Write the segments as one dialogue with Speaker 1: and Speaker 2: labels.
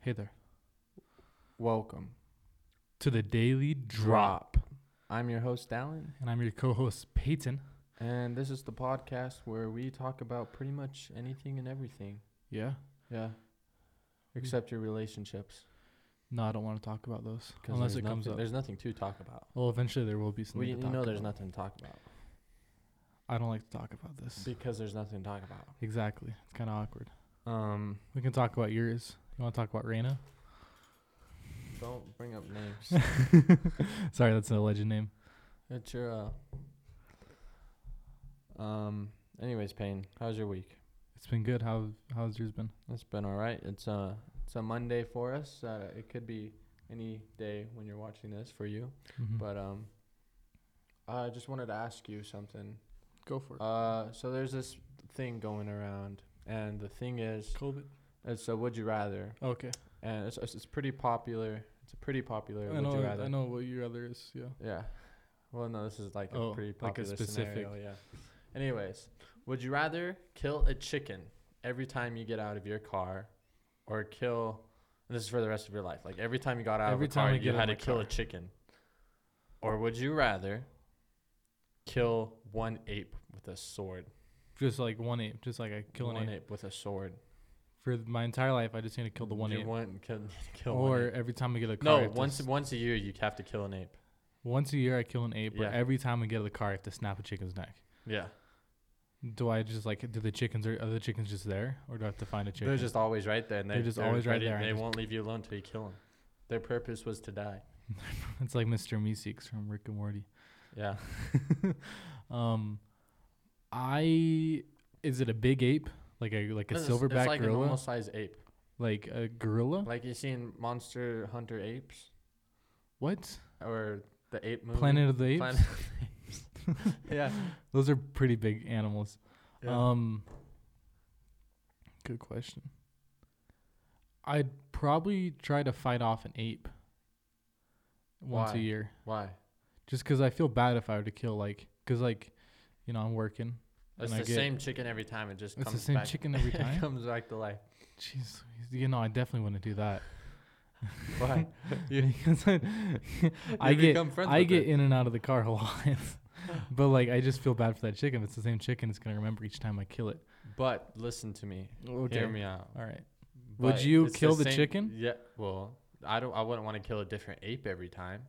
Speaker 1: Hey there.
Speaker 2: Welcome.
Speaker 1: To the Daily Drop.
Speaker 2: I'm your host, Alan,
Speaker 1: And I'm your co host, Peyton.
Speaker 2: and this is the podcast where we talk about pretty much anything and everything.
Speaker 1: Yeah.
Speaker 2: Yeah. Except your relationships.
Speaker 1: No, I don't want to talk about those.
Speaker 2: 'cause
Speaker 1: Unless
Speaker 2: there's
Speaker 1: it comes
Speaker 2: nothing-
Speaker 1: up.
Speaker 2: There's nothing to talk about.
Speaker 1: Well, eventually there will be something.
Speaker 2: We,
Speaker 1: to
Speaker 2: you
Speaker 1: talk
Speaker 2: know there's
Speaker 1: about.
Speaker 2: nothing to talk about
Speaker 1: I don't like to talk about this.
Speaker 2: because there's nothing to talk about.
Speaker 1: exactly. It's kind of awkward.
Speaker 2: Um,
Speaker 1: We can talk about yours. You want to talk about Raina?
Speaker 2: don't bring up names.
Speaker 1: Sorry, that's an alleged name.
Speaker 2: it's your. Uh, um. Anyways, Payne, how's your week?
Speaker 1: It's been good. How how's yours been?
Speaker 2: It's been all right. It's a it's a Monday for us. Uh, it could be any day when you're watching this for you.
Speaker 1: Mhm.
Speaker 2: But um, I just wanted to ask you something.
Speaker 1: go for it.
Speaker 2: Uh, so there's this thing going around, and the thing is,
Speaker 1: COVID.
Speaker 2: it's a would you rather,
Speaker 1: Okay.
Speaker 2: and it's it's, it's pretty popular. It's a pretty popular
Speaker 1: I
Speaker 2: would
Speaker 1: know.
Speaker 2: you rather.
Speaker 1: I know what your other is. Yeah.
Speaker 2: Yeah. Well, no, this is like
Speaker 1: Oh,
Speaker 2: a pretty
Speaker 1: like a
Speaker 2: popular
Speaker 1: specific-
Speaker 2: scenario. Yeah. Anyways, would you rather kill a chicken every time you get out of your car, or kill? And this is for the rest of your life. Like every time you got out
Speaker 1: Every
Speaker 2: of a car,
Speaker 1: time I
Speaker 2: you
Speaker 1: get out
Speaker 2: had
Speaker 1: of
Speaker 2: to
Speaker 1: my
Speaker 2: kill a
Speaker 1: car.
Speaker 2: chicken. Or would you rather kill one ape with a sword?
Speaker 1: Just like one ape. Just like I kill an
Speaker 2: one
Speaker 1: ape.
Speaker 2: ape. with a sword.
Speaker 1: For th- my entire life, I just need to kill the one
Speaker 2: Do you
Speaker 1: ape.
Speaker 2: want- kill, kill one
Speaker 1: or
Speaker 2: ape?
Speaker 1: every time I get a car. I
Speaker 2: no,
Speaker 1: have to
Speaker 2: once once a year you have to kill an ape.
Speaker 1: Once a year, I kill an ape,
Speaker 2: Yeah.
Speaker 1: or every time I get out of the car, I have to snap a chicken's neck.
Speaker 2: Yeah,
Speaker 1: Do I just like do the chickens are, are the chickens just there, or do I have to find a chicken?
Speaker 2: They're just always right there, and they,
Speaker 1: They're just always right
Speaker 2: ready-
Speaker 1: there and
Speaker 2: They
Speaker 1: just-
Speaker 2: won't leave you alone till you kill them. Their purpose was to die.
Speaker 1: it's like Mr. Meeseeks from Rick and Morty.
Speaker 2: Yeah.
Speaker 1: Um, I is it a big ape like a like a
Speaker 2: It's-
Speaker 1: silverback
Speaker 2: it's like a
Speaker 1: gorilla
Speaker 2: normal size ape,
Speaker 1: like a gorilla?
Speaker 2: like you see in Monster Hunter Apes
Speaker 1: what
Speaker 2: or the Ape movie.
Speaker 1: Planet of the Apes?
Speaker 2: Planet of the Apes. yeah.
Speaker 1: Those are pretty big animals.
Speaker 2: Yeah.
Speaker 1: Um, good question. I'd probably try to fight off an ape once
Speaker 2: Why?
Speaker 1: a year.
Speaker 2: Why?
Speaker 1: just because I feel bad if I were to kill like, because like, you know, I'm working.
Speaker 2: It's
Speaker 1: I
Speaker 2: the
Speaker 1: get-
Speaker 2: same chicken every time. It just
Speaker 1: It's the
Speaker 2: comes
Speaker 1: same
Speaker 2: back.
Speaker 1: chicken every
Speaker 2: it
Speaker 1: time?
Speaker 2: comes back to life.
Speaker 1: Jeez, you know, I definitely wouldn't do that.
Speaker 2: Why? you
Speaker 1: Because I, I
Speaker 2: you
Speaker 1: get
Speaker 2: become friends
Speaker 1: I
Speaker 2: with
Speaker 1: get
Speaker 2: it.
Speaker 1: in and out of the car a lot, but like I just feel bad for that chicken. If it's the same chicken, it's gonna remember each time I kill it.
Speaker 2: But listen to me. Hear me out.
Speaker 1: All right. Would
Speaker 2: But
Speaker 1: you
Speaker 2: it's
Speaker 1: kill the
Speaker 2: same-
Speaker 1: chicken?
Speaker 2: Yeah. Well, I don't. I wouldn't want to kill a different ape every time.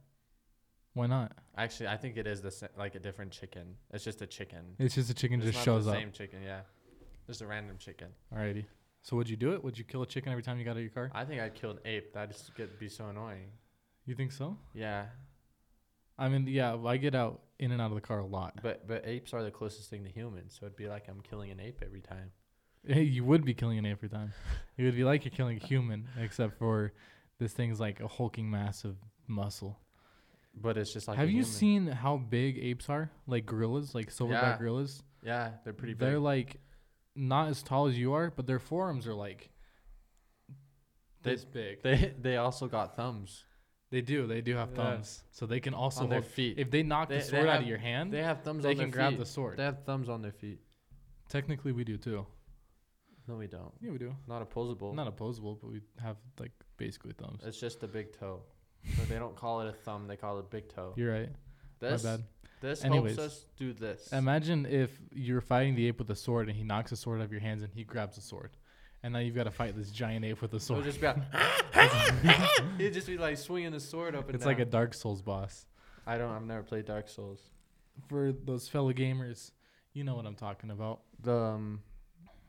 Speaker 1: Why not?
Speaker 2: Actually, I think it is the sa- like a different chicken. It's just a chicken.
Speaker 1: It's just the chicken
Speaker 2: It's
Speaker 1: just
Speaker 2: not
Speaker 1: shows
Speaker 2: the
Speaker 1: up.
Speaker 2: Same chicken, yeah. Just a random chicken.
Speaker 1: Alrighty. So would you do it? Would you kill a chicken every time you got out of your car?
Speaker 2: I think I'd kill an ape. That'd just get be so annoying.
Speaker 1: You think so?
Speaker 2: Yeah,
Speaker 1: I mean, yeah, well, I get out in and out of the car a lot.
Speaker 2: but but apes are the closest thing to humans, so it'd be like I'm killing an ape every time.
Speaker 1: Hey, you would be killing an ape every time. It would be like you're killing a human, except for this thing's like a hulking mass of muscle.
Speaker 2: But it's just like.
Speaker 1: Have
Speaker 2: a
Speaker 1: you
Speaker 2: human.
Speaker 1: seen how big apes are? Like gorillas, like silverback
Speaker 2: Yeah.
Speaker 1: gorillas.
Speaker 2: Yeah, they're pretty big.
Speaker 1: They're like not as tall as you are, but their forearms are like
Speaker 2: They-
Speaker 1: this big. They,
Speaker 2: they they also got thumbs
Speaker 1: do. They do have
Speaker 2: Yeah.
Speaker 1: thumbs, so they can also
Speaker 2: on their
Speaker 1: hold.
Speaker 2: feet.
Speaker 1: If they knock
Speaker 2: They-
Speaker 1: the
Speaker 2: they
Speaker 1: sword out
Speaker 2: have-
Speaker 1: of your hand,
Speaker 2: they
Speaker 1: they,
Speaker 2: have thumbs on their
Speaker 1: can grab
Speaker 2: feet.
Speaker 1: the sword.
Speaker 2: They have thumbs on their feet.
Speaker 1: Technically, we do too.
Speaker 2: No, we don't.
Speaker 1: Yeah, we do.
Speaker 2: Not opposable.
Speaker 1: Not opposable, but we have like basically thumbs.
Speaker 2: It's just a big toe. But they don't call it a thumb. They call it a big toe.
Speaker 1: You're right.
Speaker 2: This
Speaker 1: My bad.
Speaker 2: this
Speaker 1: Anyways.
Speaker 2: helps us do this.
Speaker 1: Imagine if you're fighting the ape with a sword and he knocks the sword out of your hands and he grabs the sword. And now you've got to fight this giant ape with a
Speaker 2: So
Speaker 1: sword.
Speaker 2: it'd just be like, he'd just be like swinging the sword up and
Speaker 1: it's like a
Speaker 2: down.
Speaker 1: Dark Souls boss.
Speaker 2: I don't. I've never played Dark Souls.
Speaker 1: For those fellow gamers, you know what I'm talking about.
Speaker 2: The um,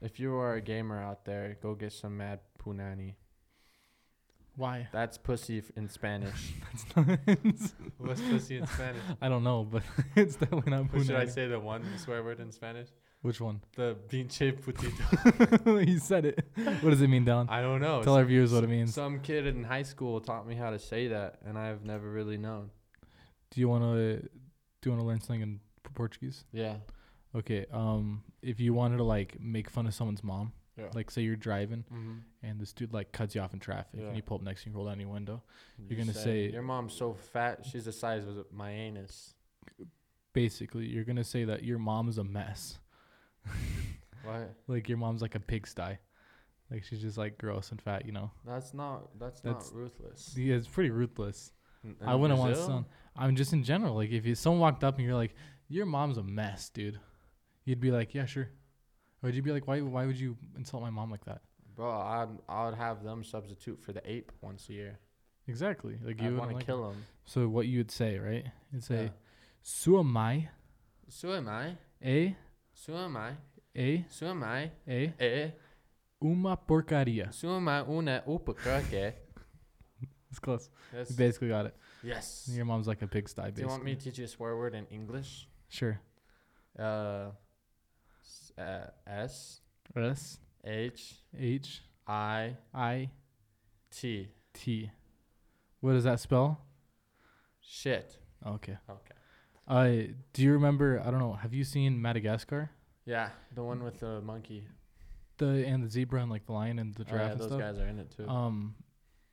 Speaker 2: if you are a gamer out there, go get some Mad Punani.
Speaker 1: Why?
Speaker 2: That's pussy f- in Spanish.
Speaker 1: That's not,
Speaker 2: What's pussy in Spanish?
Speaker 1: I don't know, but it's definitely not
Speaker 2: Or should I
Speaker 1: Punani.
Speaker 2: say the one swear word in Spanish?
Speaker 1: Which one?
Speaker 2: The pinche putito.
Speaker 1: you said it. What does it mean, Dylan?
Speaker 2: I don't know.
Speaker 1: Tell our viewers what it means.
Speaker 2: Some kid in high school taught me how to say that, and I've never really known.
Speaker 1: do you want to do you want to learn something in P- Portuguese?
Speaker 2: Yeah.
Speaker 1: Okay. Um, if you wanted to like make fun of someone's mom,
Speaker 2: Yeah.
Speaker 1: like say you're driving
Speaker 2: Mm-hmm.
Speaker 1: and this dude like cuts you off in traffic
Speaker 2: Yeah.
Speaker 1: and you pull up next to you and roll down your window.
Speaker 2: You
Speaker 1: You're gonna say-
Speaker 2: your mom's so fat, she's the size of my anus.
Speaker 1: Basically, you're gonna say that your mom is a mess.
Speaker 2: What?
Speaker 1: Like your mom's like a pigsty. Like she's just like gross and fat, you know.
Speaker 2: That's not. That's,
Speaker 1: That's-
Speaker 2: not ruthless.
Speaker 1: Yeah, it's pretty ruthless.
Speaker 2: In-
Speaker 1: I
Speaker 2: in
Speaker 1: wouldn't want
Speaker 2: Brazil?
Speaker 1: someone. I'm just in general. Like if you, someone walked up and you're like, "Your mom's a mess, dude," you'd be like, "Yeah, sure." Or would you be like, "Why? Why would you insult my mom like that?"
Speaker 2: Bro, I'd I'd have them substitute for the ape once a year.
Speaker 1: Exactly. Like
Speaker 2: I'd
Speaker 1: you
Speaker 2: want
Speaker 1: want
Speaker 2: to
Speaker 1: like,
Speaker 2: kill them.
Speaker 1: So what you would say, right? You'd
Speaker 2: Yeah.
Speaker 1: say, "Suamai,
Speaker 2: So am I.
Speaker 1: eh,
Speaker 2: So am I.
Speaker 1: eh,
Speaker 2: So am I.
Speaker 1: eh,
Speaker 2: Eh.
Speaker 1: uma porcaria."
Speaker 2: So am I una upakake.
Speaker 1: It's close.
Speaker 2: Yes.
Speaker 1: You basically got it.
Speaker 2: yes.
Speaker 1: Your mom's like a pigsty. Basically.
Speaker 2: Do you want me to teach you a swear word in English?
Speaker 1: Sure.
Speaker 2: Uh, s- uh, S
Speaker 1: S
Speaker 2: H
Speaker 1: H
Speaker 2: I
Speaker 1: I
Speaker 2: T.
Speaker 1: T. What does that spell? Oh,
Speaker 2: Shit.
Speaker 1: Okay.
Speaker 2: Okay.
Speaker 1: Uh, do you remember? I don't know. Have you seen Madagascar?
Speaker 2: Yeah, the one with the monkey.
Speaker 1: The and the zebra and like the lion and the
Speaker 2: Oh, yeah,
Speaker 1: giraffe
Speaker 2: those
Speaker 1: and stuff.
Speaker 2: guys are in it too.
Speaker 1: Um,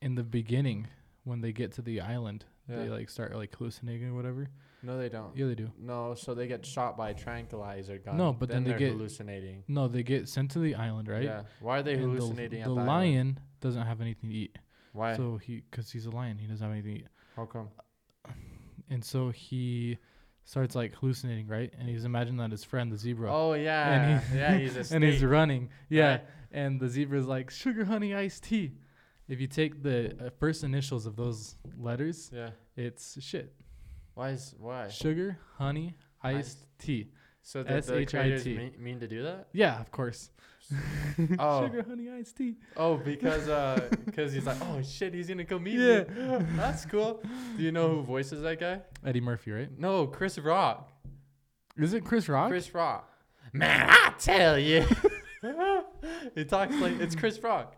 Speaker 1: in the beginning, when they get to the island,
Speaker 2: Yeah.
Speaker 1: they like start like hallucinating or whatever.
Speaker 2: no, they don't.
Speaker 1: Yeah, they do.
Speaker 2: No, so they get shot by a tranquilizer gun.
Speaker 1: No, but then they
Speaker 2: they're
Speaker 1: get-
Speaker 2: hallucinating.
Speaker 1: No, they get sent to the island, right?
Speaker 2: Yeah. Why are they
Speaker 1: And the-
Speaker 2: hallucinating
Speaker 1: The,
Speaker 2: at the island?
Speaker 1: lion doesn't have anything to eat,
Speaker 2: Why?
Speaker 1: so he because he's a lion, he doesn't have anything to eat,
Speaker 2: How come?
Speaker 1: and so he starts like hallucinating, right? And he's imagining that his friend, the zebra,
Speaker 2: Oh yeah,
Speaker 1: he-
Speaker 2: yeah, he's a
Speaker 1: and he's
Speaker 2: snake.
Speaker 1: running. Yeah.
Speaker 2: Right.
Speaker 1: And the zebra's like, sugar, honey, iced tea. If you take the uh, first initials of those letters,
Speaker 2: Yeah.
Speaker 1: it's shit.
Speaker 2: Why is why?
Speaker 1: Sugar, honey, iced tea.
Speaker 2: So the, the
Speaker 1: S-H-I-T.
Speaker 2: creators mean, mean to do that?
Speaker 1: Yeah, of course.
Speaker 2: Oh.
Speaker 1: Sugar, honey, iced tea.
Speaker 2: Oh, because uh, because he's like, oh shit, he's gonna come eat
Speaker 1: Yeah.
Speaker 2: me. That's cool. Do you know who voices that guy?
Speaker 1: Eddie Murphy, right?
Speaker 2: No, Chris Rock.
Speaker 1: Is it Chris Rock?
Speaker 2: Chris Rock. Man, I tell you. he talks like it's Chris Rock.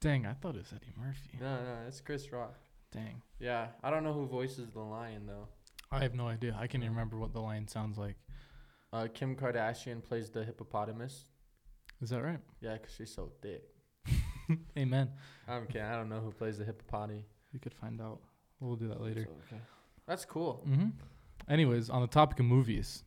Speaker 1: Dang, I thought it was Eddie Murphy.
Speaker 2: No, no, it's Chris Rock.
Speaker 1: Dang.
Speaker 2: Yeah, I don't know who voices the lion though.
Speaker 1: I have no idea. I can't even remember what the lion sounds like.
Speaker 2: Uh, Kim Kardashian plays the hippopotamus.
Speaker 1: Is that right?
Speaker 2: Yeah, 'cause she's so thick.
Speaker 1: Amen.
Speaker 2: I'm kidding. I don't know who plays the hippopotami.
Speaker 1: We could find out. We'll do that later.
Speaker 2: Okay. That's cool.
Speaker 1: hmm Anyways, on the topic of movies,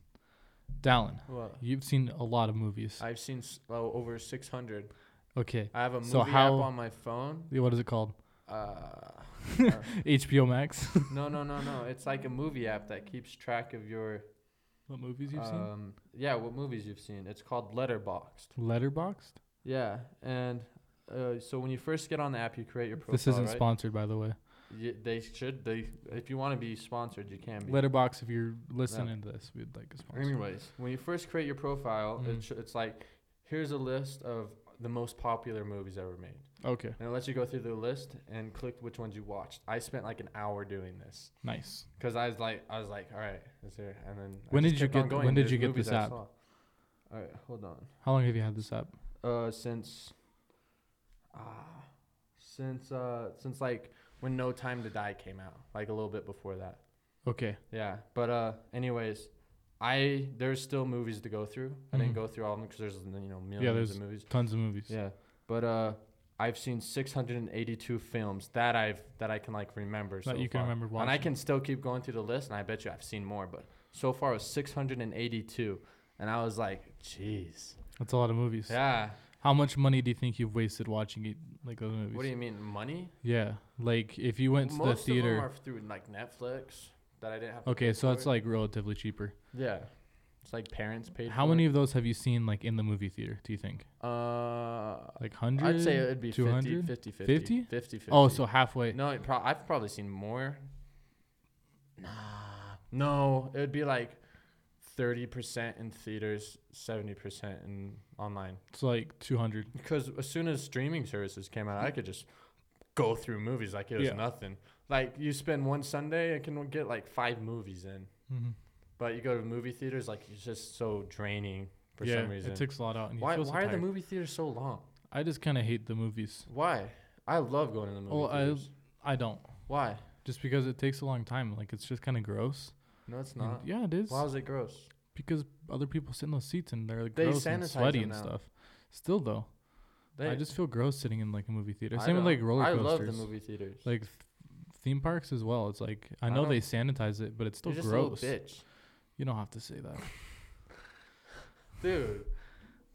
Speaker 1: Dallin,
Speaker 2: What?
Speaker 1: you've seen a lot of movies.
Speaker 2: I've seen s- oh, over 600.
Speaker 1: Okay.
Speaker 2: I have a movie
Speaker 1: So how-
Speaker 2: app on my phone.
Speaker 1: Yeah, What is it called?
Speaker 2: Uh,
Speaker 1: HBO Max.
Speaker 2: no, no, no, no. It's like a movie app that keeps track of your.
Speaker 1: what movies you've seen?
Speaker 2: Um, yeah, what movies you've seen. It's called Letterboxed.
Speaker 1: Letterboxed.
Speaker 2: Yeah, and uh, so when you first get on the app, you create your profile.
Speaker 1: This isn't
Speaker 2: right?
Speaker 1: sponsored, by the way.
Speaker 2: You, they should. They if you want to be sponsored, you can be.
Speaker 1: Letterbox, if you're listening to this, we'd like a sponsor.
Speaker 2: Anyways, when you first create your profile, it
Speaker 1: Mm.
Speaker 2: sh- it's like here's a list of the most popular movies ever made,
Speaker 1: Okay.
Speaker 2: and it lets you go through the list and click which ones you watched. I spent like an hour doing this
Speaker 1: Nice.
Speaker 2: because I was like, I was like, all right, is there? And then I
Speaker 1: When
Speaker 2: just
Speaker 1: did you
Speaker 2: kept on
Speaker 1: get- when did
Speaker 2: There's
Speaker 1: you get
Speaker 2: movies
Speaker 1: this
Speaker 2: I
Speaker 1: app?
Speaker 2: saw. All right, hold on.
Speaker 1: How long have you had this app?
Speaker 2: Uh, since, ah, since uh, since like when No Time to Die came out, like a little bit before that.
Speaker 1: Okay.
Speaker 2: Yeah, but uh, anyways, I there's still movies to go through. I didn't
Speaker 1: Mhm.
Speaker 2: go through all of them because there's you know millions
Speaker 1: there's-
Speaker 2: of movies.
Speaker 1: Tons of movies.
Speaker 2: Yeah, but uh, I've seen 682 films that I've that I can like remember. so
Speaker 1: that you can
Speaker 2: far.
Speaker 1: remember watching.
Speaker 2: and I can still keep going through the list, and I bet you I've seen more. But so far it was 682, and I was like, jeez.
Speaker 1: That's a lot of movies.
Speaker 2: Yeah.
Speaker 1: How much money do you think you've wasted watching it, like those movies?
Speaker 2: What do you mean money?
Speaker 1: yeah. Like if you went to
Speaker 2: Most
Speaker 1: the
Speaker 2: of them
Speaker 1: theater.
Speaker 2: are through like Netflix that I didn't have. to
Speaker 1: Okay,
Speaker 2: pay
Speaker 1: so it's
Speaker 2: for.
Speaker 1: like relatively cheaper.
Speaker 2: yeah, it's like parents paid.
Speaker 1: How
Speaker 2: for
Speaker 1: many
Speaker 2: It.
Speaker 1: of those have you seen like in the movie theater? Do you think
Speaker 2: Uh,
Speaker 1: like hundred?
Speaker 2: I'd say it'd be 50,
Speaker 1: 200?
Speaker 2: 50, 50,
Speaker 1: 50?
Speaker 2: 50, 50.
Speaker 1: Oh, so halfway.
Speaker 2: no, it pro- I've probably seen more. Nah, no, it would be like thirty percent in theaters, seventy percent in online.
Speaker 1: It's like two hundred.
Speaker 2: Because as soon as streaming services came out, I could just go through movies like it was
Speaker 1: Yeah.
Speaker 2: nothing. Like you spend one Sunday, I can get like five movies in.
Speaker 1: Mm-hmm.
Speaker 2: But you go to movie theaters, like it's just so draining for
Speaker 1: yeah,
Speaker 2: some reason.
Speaker 1: it takes a lot out. And you
Speaker 2: why?
Speaker 1: feel so
Speaker 2: Why are the
Speaker 1: tired.
Speaker 2: movie theaters so long?
Speaker 1: I just kind of hate the movies.
Speaker 2: Why? I love going to the movie
Speaker 1: Well, I-
Speaker 2: theaters.
Speaker 1: I don't,
Speaker 2: Why?
Speaker 1: just because it takes a long time. Like it's just kind of gross.
Speaker 2: No, it's
Speaker 1: And
Speaker 2: not.
Speaker 1: yeah, it is.
Speaker 2: Why is it gross?
Speaker 1: Because other people sit in those seats and they're like
Speaker 2: They
Speaker 1: gross and
Speaker 2: sanitize
Speaker 1: sweaty
Speaker 2: them
Speaker 1: and
Speaker 2: now.
Speaker 1: stuff. Still though,
Speaker 2: They,
Speaker 1: I just feel gross sitting in like a movie theater.
Speaker 2: I
Speaker 1: Same with
Speaker 2: don't-
Speaker 1: like roller coasters.
Speaker 2: I love the movie theaters.
Speaker 1: Like th- theme parks as well. It's like I
Speaker 2: I
Speaker 1: know
Speaker 2: don't-
Speaker 1: they sanitize it, but it's still
Speaker 2: You're just
Speaker 1: gross.
Speaker 2: a little bitch,
Speaker 1: You don't have to say that.
Speaker 2: dude.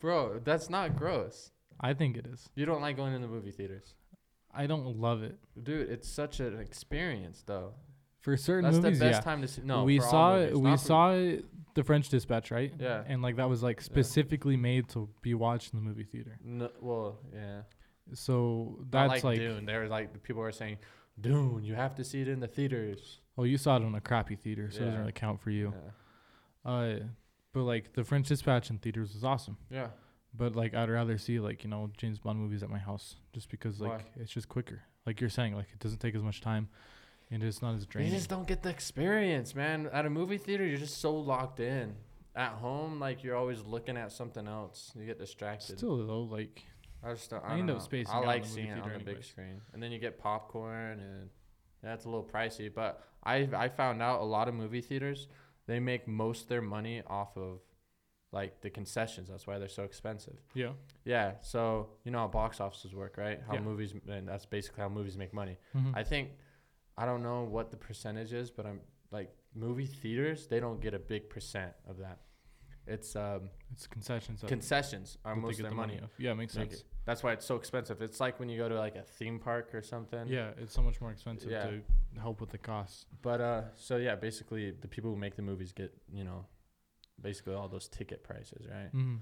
Speaker 2: Bro, that's not gross.
Speaker 1: I think it is.
Speaker 2: You don't like going in the movie theaters,
Speaker 1: I don't love it.
Speaker 2: dude. It's such an experience, though.
Speaker 1: For certain
Speaker 2: That's
Speaker 1: movies,
Speaker 2: the best
Speaker 1: yeah.
Speaker 2: time to see. No,
Speaker 1: we
Speaker 2: for all
Speaker 1: saw
Speaker 2: movies,
Speaker 1: it. We
Speaker 2: not for-
Speaker 1: saw it, the French Dispatch, right?
Speaker 2: Yeah.
Speaker 1: And like that was like specifically made to be watched in the movie theater.
Speaker 2: No, well, yeah.
Speaker 1: So
Speaker 2: Not
Speaker 1: that's
Speaker 2: like,
Speaker 1: like,
Speaker 2: Dune. There was like the people were saying, Dune. You have to see it in the theaters.
Speaker 1: oh, you saw it on a crappy theater, so it doesn't
Speaker 2: Yeah.
Speaker 1: really count for you.
Speaker 2: Yeah.
Speaker 1: Uh, but like the French Dispatch in theaters was awesome.
Speaker 2: yeah.
Speaker 1: But like I'd rather see like you know James Bond movies at my house just because like
Speaker 2: Why?
Speaker 1: it's just quicker. Like you're saying, like it doesn't take as much time, and it's not as draining.
Speaker 2: You just don't get the experience, man. At a movie theater, you're just so locked in. At home, like you're always looking at something else. You get distracted.
Speaker 1: Still though, like
Speaker 2: I just don't,
Speaker 1: I
Speaker 2: I,
Speaker 1: end
Speaker 2: don't
Speaker 1: up
Speaker 2: know.
Speaker 1: spacing
Speaker 2: I
Speaker 1: out in
Speaker 2: like
Speaker 1: the movie
Speaker 2: seeing it on
Speaker 1: theater
Speaker 2: the big
Speaker 1: anyways.
Speaker 2: screen, and then you get popcorn, and that's a little pricey. But I I found out a lot of movie theaters they make most their money off of like the concessions. That's why they're so expensive.
Speaker 1: yeah,
Speaker 2: Yeah. So you know how box offices work, right? How
Speaker 1: Yeah.
Speaker 2: movies and that's basically how movies make money.
Speaker 1: Mhm.
Speaker 2: I think I don't know what the percentage is, but I'm like movie theaters they don't get a big percent of that. It's um,
Speaker 1: it's concessions. that-
Speaker 2: concessions are
Speaker 1: that they
Speaker 2: most
Speaker 1: get
Speaker 2: of their
Speaker 1: the
Speaker 2: money.
Speaker 1: off. Yeah, it makes
Speaker 2: Make
Speaker 1: sense.
Speaker 2: it. That's why it's so expensive. It's like when you go to like a theme park or something.
Speaker 1: Yeah, it's so much more expensive
Speaker 2: Yeah.
Speaker 1: to help with the costs.
Speaker 2: But uh, so yeah, basically the people who make the movies get you know, basically all those ticket prices, right?
Speaker 1: Mm-hmm.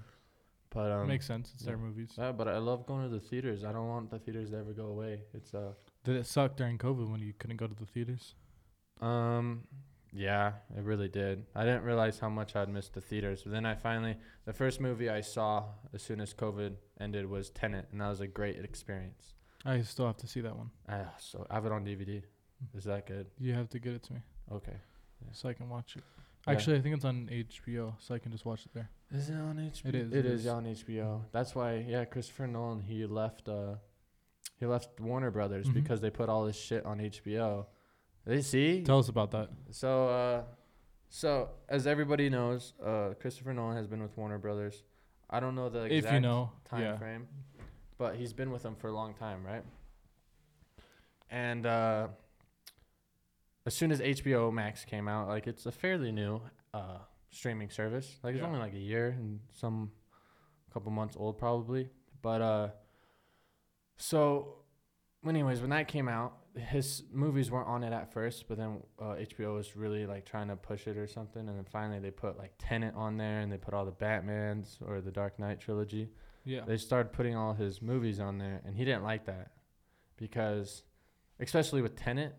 Speaker 2: But um,
Speaker 1: Makes sense. It's their
Speaker 2: yeah. Uh,
Speaker 1: movies.
Speaker 2: yeah, but I love going to the theaters. I don't want the theaters to ever go away. It's uh,
Speaker 1: Did it suck during COVID when you couldn't go to the theaters?
Speaker 2: Um, yeah, it really did. I didn't realize how much I'd missed the theaters. But then I finally, the first movie I saw as soon as COVID ended was Tenet, and that was a great experience.
Speaker 1: I still have to see that one.
Speaker 2: I so I have it on DVD. Is that good?
Speaker 1: You have to get it to me
Speaker 2: Okay.
Speaker 1: so I can watch it.
Speaker 2: Yeah.
Speaker 1: Actually, I think it's on HBO, so I can just watch it there.
Speaker 2: Is it on HBO?
Speaker 1: It is,
Speaker 2: It
Speaker 1: it
Speaker 2: is
Speaker 1: is.
Speaker 2: on HBO. That's why, yeah, Christopher Nolan he left. Uh, he left Warner Brothers
Speaker 1: Mhm.
Speaker 2: because they put all this shit on HBO. They see.
Speaker 1: Tell us about that.
Speaker 2: So, uh, so as everybody knows, uh, Christopher Nolan has been with Warner Brothers. I don't know the exact
Speaker 1: if you know,
Speaker 2: time
Speaker 1: yeah.
Speaker 2: frame, but he's been with them for a long time, right? And uh, as soon as HBO Max came out, like it's a fairly new uh, streaming service. Like it's
Speaker 1: Yeah.
Speaker 2: only like a year and some couple months old, probably. But uh, so, anyways, when that came out, his movies weren't on it at first, but then uh, HBO was really like trying to push it or something, and then finally they put like Tenet on there, and they put all the Batman's or the Dark Knight trilogy.
Speaker 1: Yeah.
Speaker 2: They started putting all his movies on there, and he didn't like that because, especially with Tenet,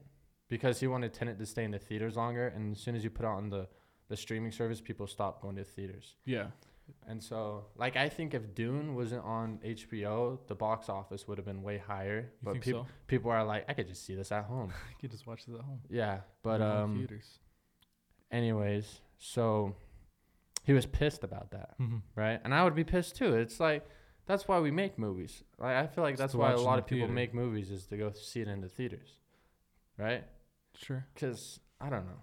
Speaker 2: because he wanted Tenet to stay in the theaters longer. And as soon as you put it on the the streaming service, people stopped going to theaters.
Speaker 1: Yeah.
Speaker 2: And so, like, I think if Dune wasn't on HBO, the box office would have been way higher.
Speaker 1: You
Speaker 2: but
Speaker 1: think
Speaker 2: peop-
Speaker 1: so?
Speaker 2: people are like, I could just see this at home.
Speaker 1: You could just watch it at home.
Speaker 2: yeah, but
Speaker 1: Or on
Speaker 2: um,
Speaker 1: theaters.
Speaker 2: anyways, so he was pissed about that
Speaker 1: Mm-hmm.
Speaker 2: right? And I would be pissed too. It's like that's why we make movies. Like I feel like
Speaker 1: It's
Speaker 2: that's
Speaker 1: to
Speaker 2: why
Speaker 1: watch
Speaker 2: a
Speaker 1: in
Speaker 2: lot
Speaker 1: the
Speaker 2: of people
Speaker 1: theater.
Speaker 2: make movies is to go see it in the theaters, right?
Speaker 1: Sure.
Speaker 2: Because I don't know,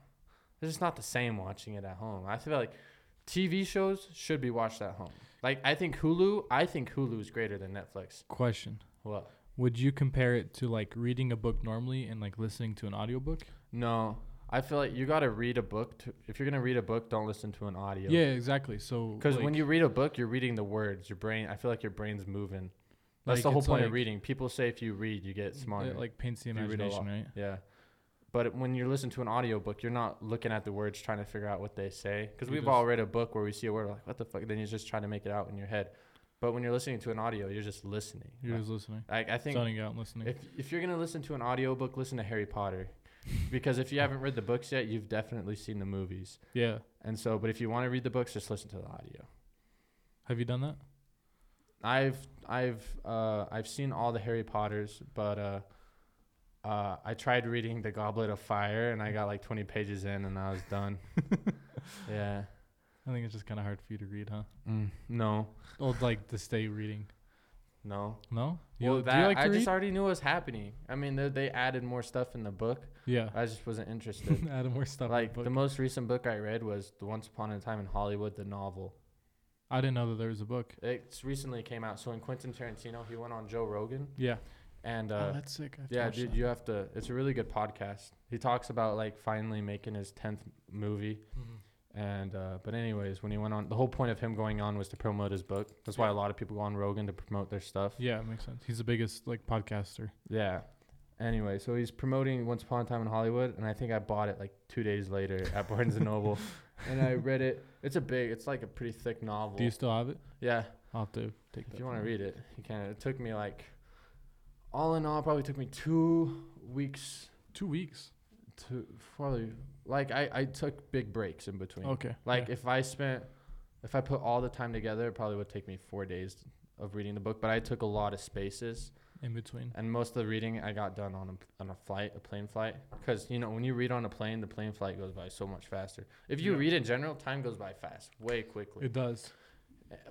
Speaker 2: it's just not the same watching it at home. I feel like TV shows should be watched at home. Like I think Hulu, I think Hulu is greater than Netflix.
Speaker 1: Question:
Speaker 2: What?
Speaker 1: Would you compare it to like reading a book normally and like listening to an audiobook?
Speaker 2: No, I feel like you gotta read a book. To, if you're gonna read a book, don't listen to an audio.
Speaker 1: Yeah, exactly. So
Speaker 2: Because when
Speaker 1: like-
Speaker 2: you read a book, you're reading the words. Your brain, I feel like your brain's moving. That's
Speaker 1: Like,
Speaker 2: the whole
Speaker 1: it's
Speaker 2: point of
Speaker 1: like-
Speaker 2: reading. People say if you read, you get smarter.
Speaker 1: it like paints the
Speaker 2: If you read a
Speaker 1: imagination, right?
Speaker 2: yeah. But it- when you're listening to an audiobook, you're not looking at the words trying to figure out what they say. Because
Speaker 1: You
Speaker 2: we've
Speaker 1: just-
Speaker 2: all read a book where we see a word like, what the fuck? Then you just try to make it out in your head. But when you're listening to an audio, you're just listening.
Speaker 1: You're
Speaker 2: Like-
Speaker 1: just listening,
Speaker 2: Like, I think
Speaker 1: zoning out, and listening.
Speaker 2: if, if you're going to listen to an audiobook, listen to Harry Potter. because if you haven't read the books yet, you've definitely seen the movies.
Speaker 1: yeah.
Speaker 2: And so, but if you want to read the books, just listen to the audio.
Speaker 1: Have you done that?
Speaker 2: I've I've uh, I've seen all the Harry Potters, but uh, uh, I tried reading the Goblet of Fire, and I got like 20 pages in, and I was done. yeah.
Speaker 1: I think it's just kind of hard for you to read, huh?
Speaker 2: Mm, no.
Speaker 1: Or like to stay reading.
Speaker 2: No.
Speaker 1: No? You,
Speaker 2: well,
Speaker 1: do you
Speaker 2: that
Speaker 1: like to
Speaker 2: I
Speaker 1: read?
Speaker 2: just already knew what was happening. I mean, they, they added more stuff in the book.
Speaker 1: yeah.
Speaker 2: I just wasn't interested.
Speaker 1: Add more stuff.
Speaker 2: like
Speaker 1: in the book.
Speaker 2: the most recent book I read was the Once Upon a Time in Hollywood, the novel.
Speaker 1: I didn't know that there was a book.
Speaker 2: It's recently came out. So when Quentin Tarantino, he went on Joe Rogan,
Speaker 1: Yeah.
Speaker 2: and
Speaker 1: oh,
Speaker 2: uh,
Speaker 1: that's sick. I have to
Speaker 2: Yeah,
Speaker 1: watch
Speaker 2: dude,
Speaker 1: that.
Speaker 2: you have to. It's a really good podcast. He talks about like finally making his tenth movie,
Speaker 1: Mhm.
Speaker 2: And uh, but anyways, when he went on, the whole point of him going on was to promote his book. That's why a lot of people go on Rogan to promote their stuff.
Speaker 1: Yeah, it makes sense. He's the biggest like podcaster.
Speaker 2: Yeah. Anyway, so he's promoting Once Upon a Time in Hollywood, and I think I bought it like two days later at Barnes and Noble, and I read it. It's a big, it's like a pretty thick novel.
Speaker 1: Do you still have it?
Speaker 2: yeah,
Speaker 1: I'll have to take that.
Speaker 2: if you want to
Speaker 1: from
Speaker 2: read it, you can. It took me like, all in all, probably took me two weeks
Speaker 1: Two weeks.
Speaker 2: to probably like I I took big breaks in between.
Speaker 1: Okay.
Speaker 2: Like
Speaker 1: yeah.
Speaker 2: if I spent, if I put all the time together, it probably would take me four days of reading the book. But I took a lot of spaces,
Speaker 1: in between.
Speaker 2: and most of the reading I got done on a on a flight, a plane flight, because you know when you read on a plane, the plane flight goes by so much faster. If you
Speaker 1: Yeah.
Speaker 2: read in general, time goes by fast, way quickly.
Speaker 1: It does.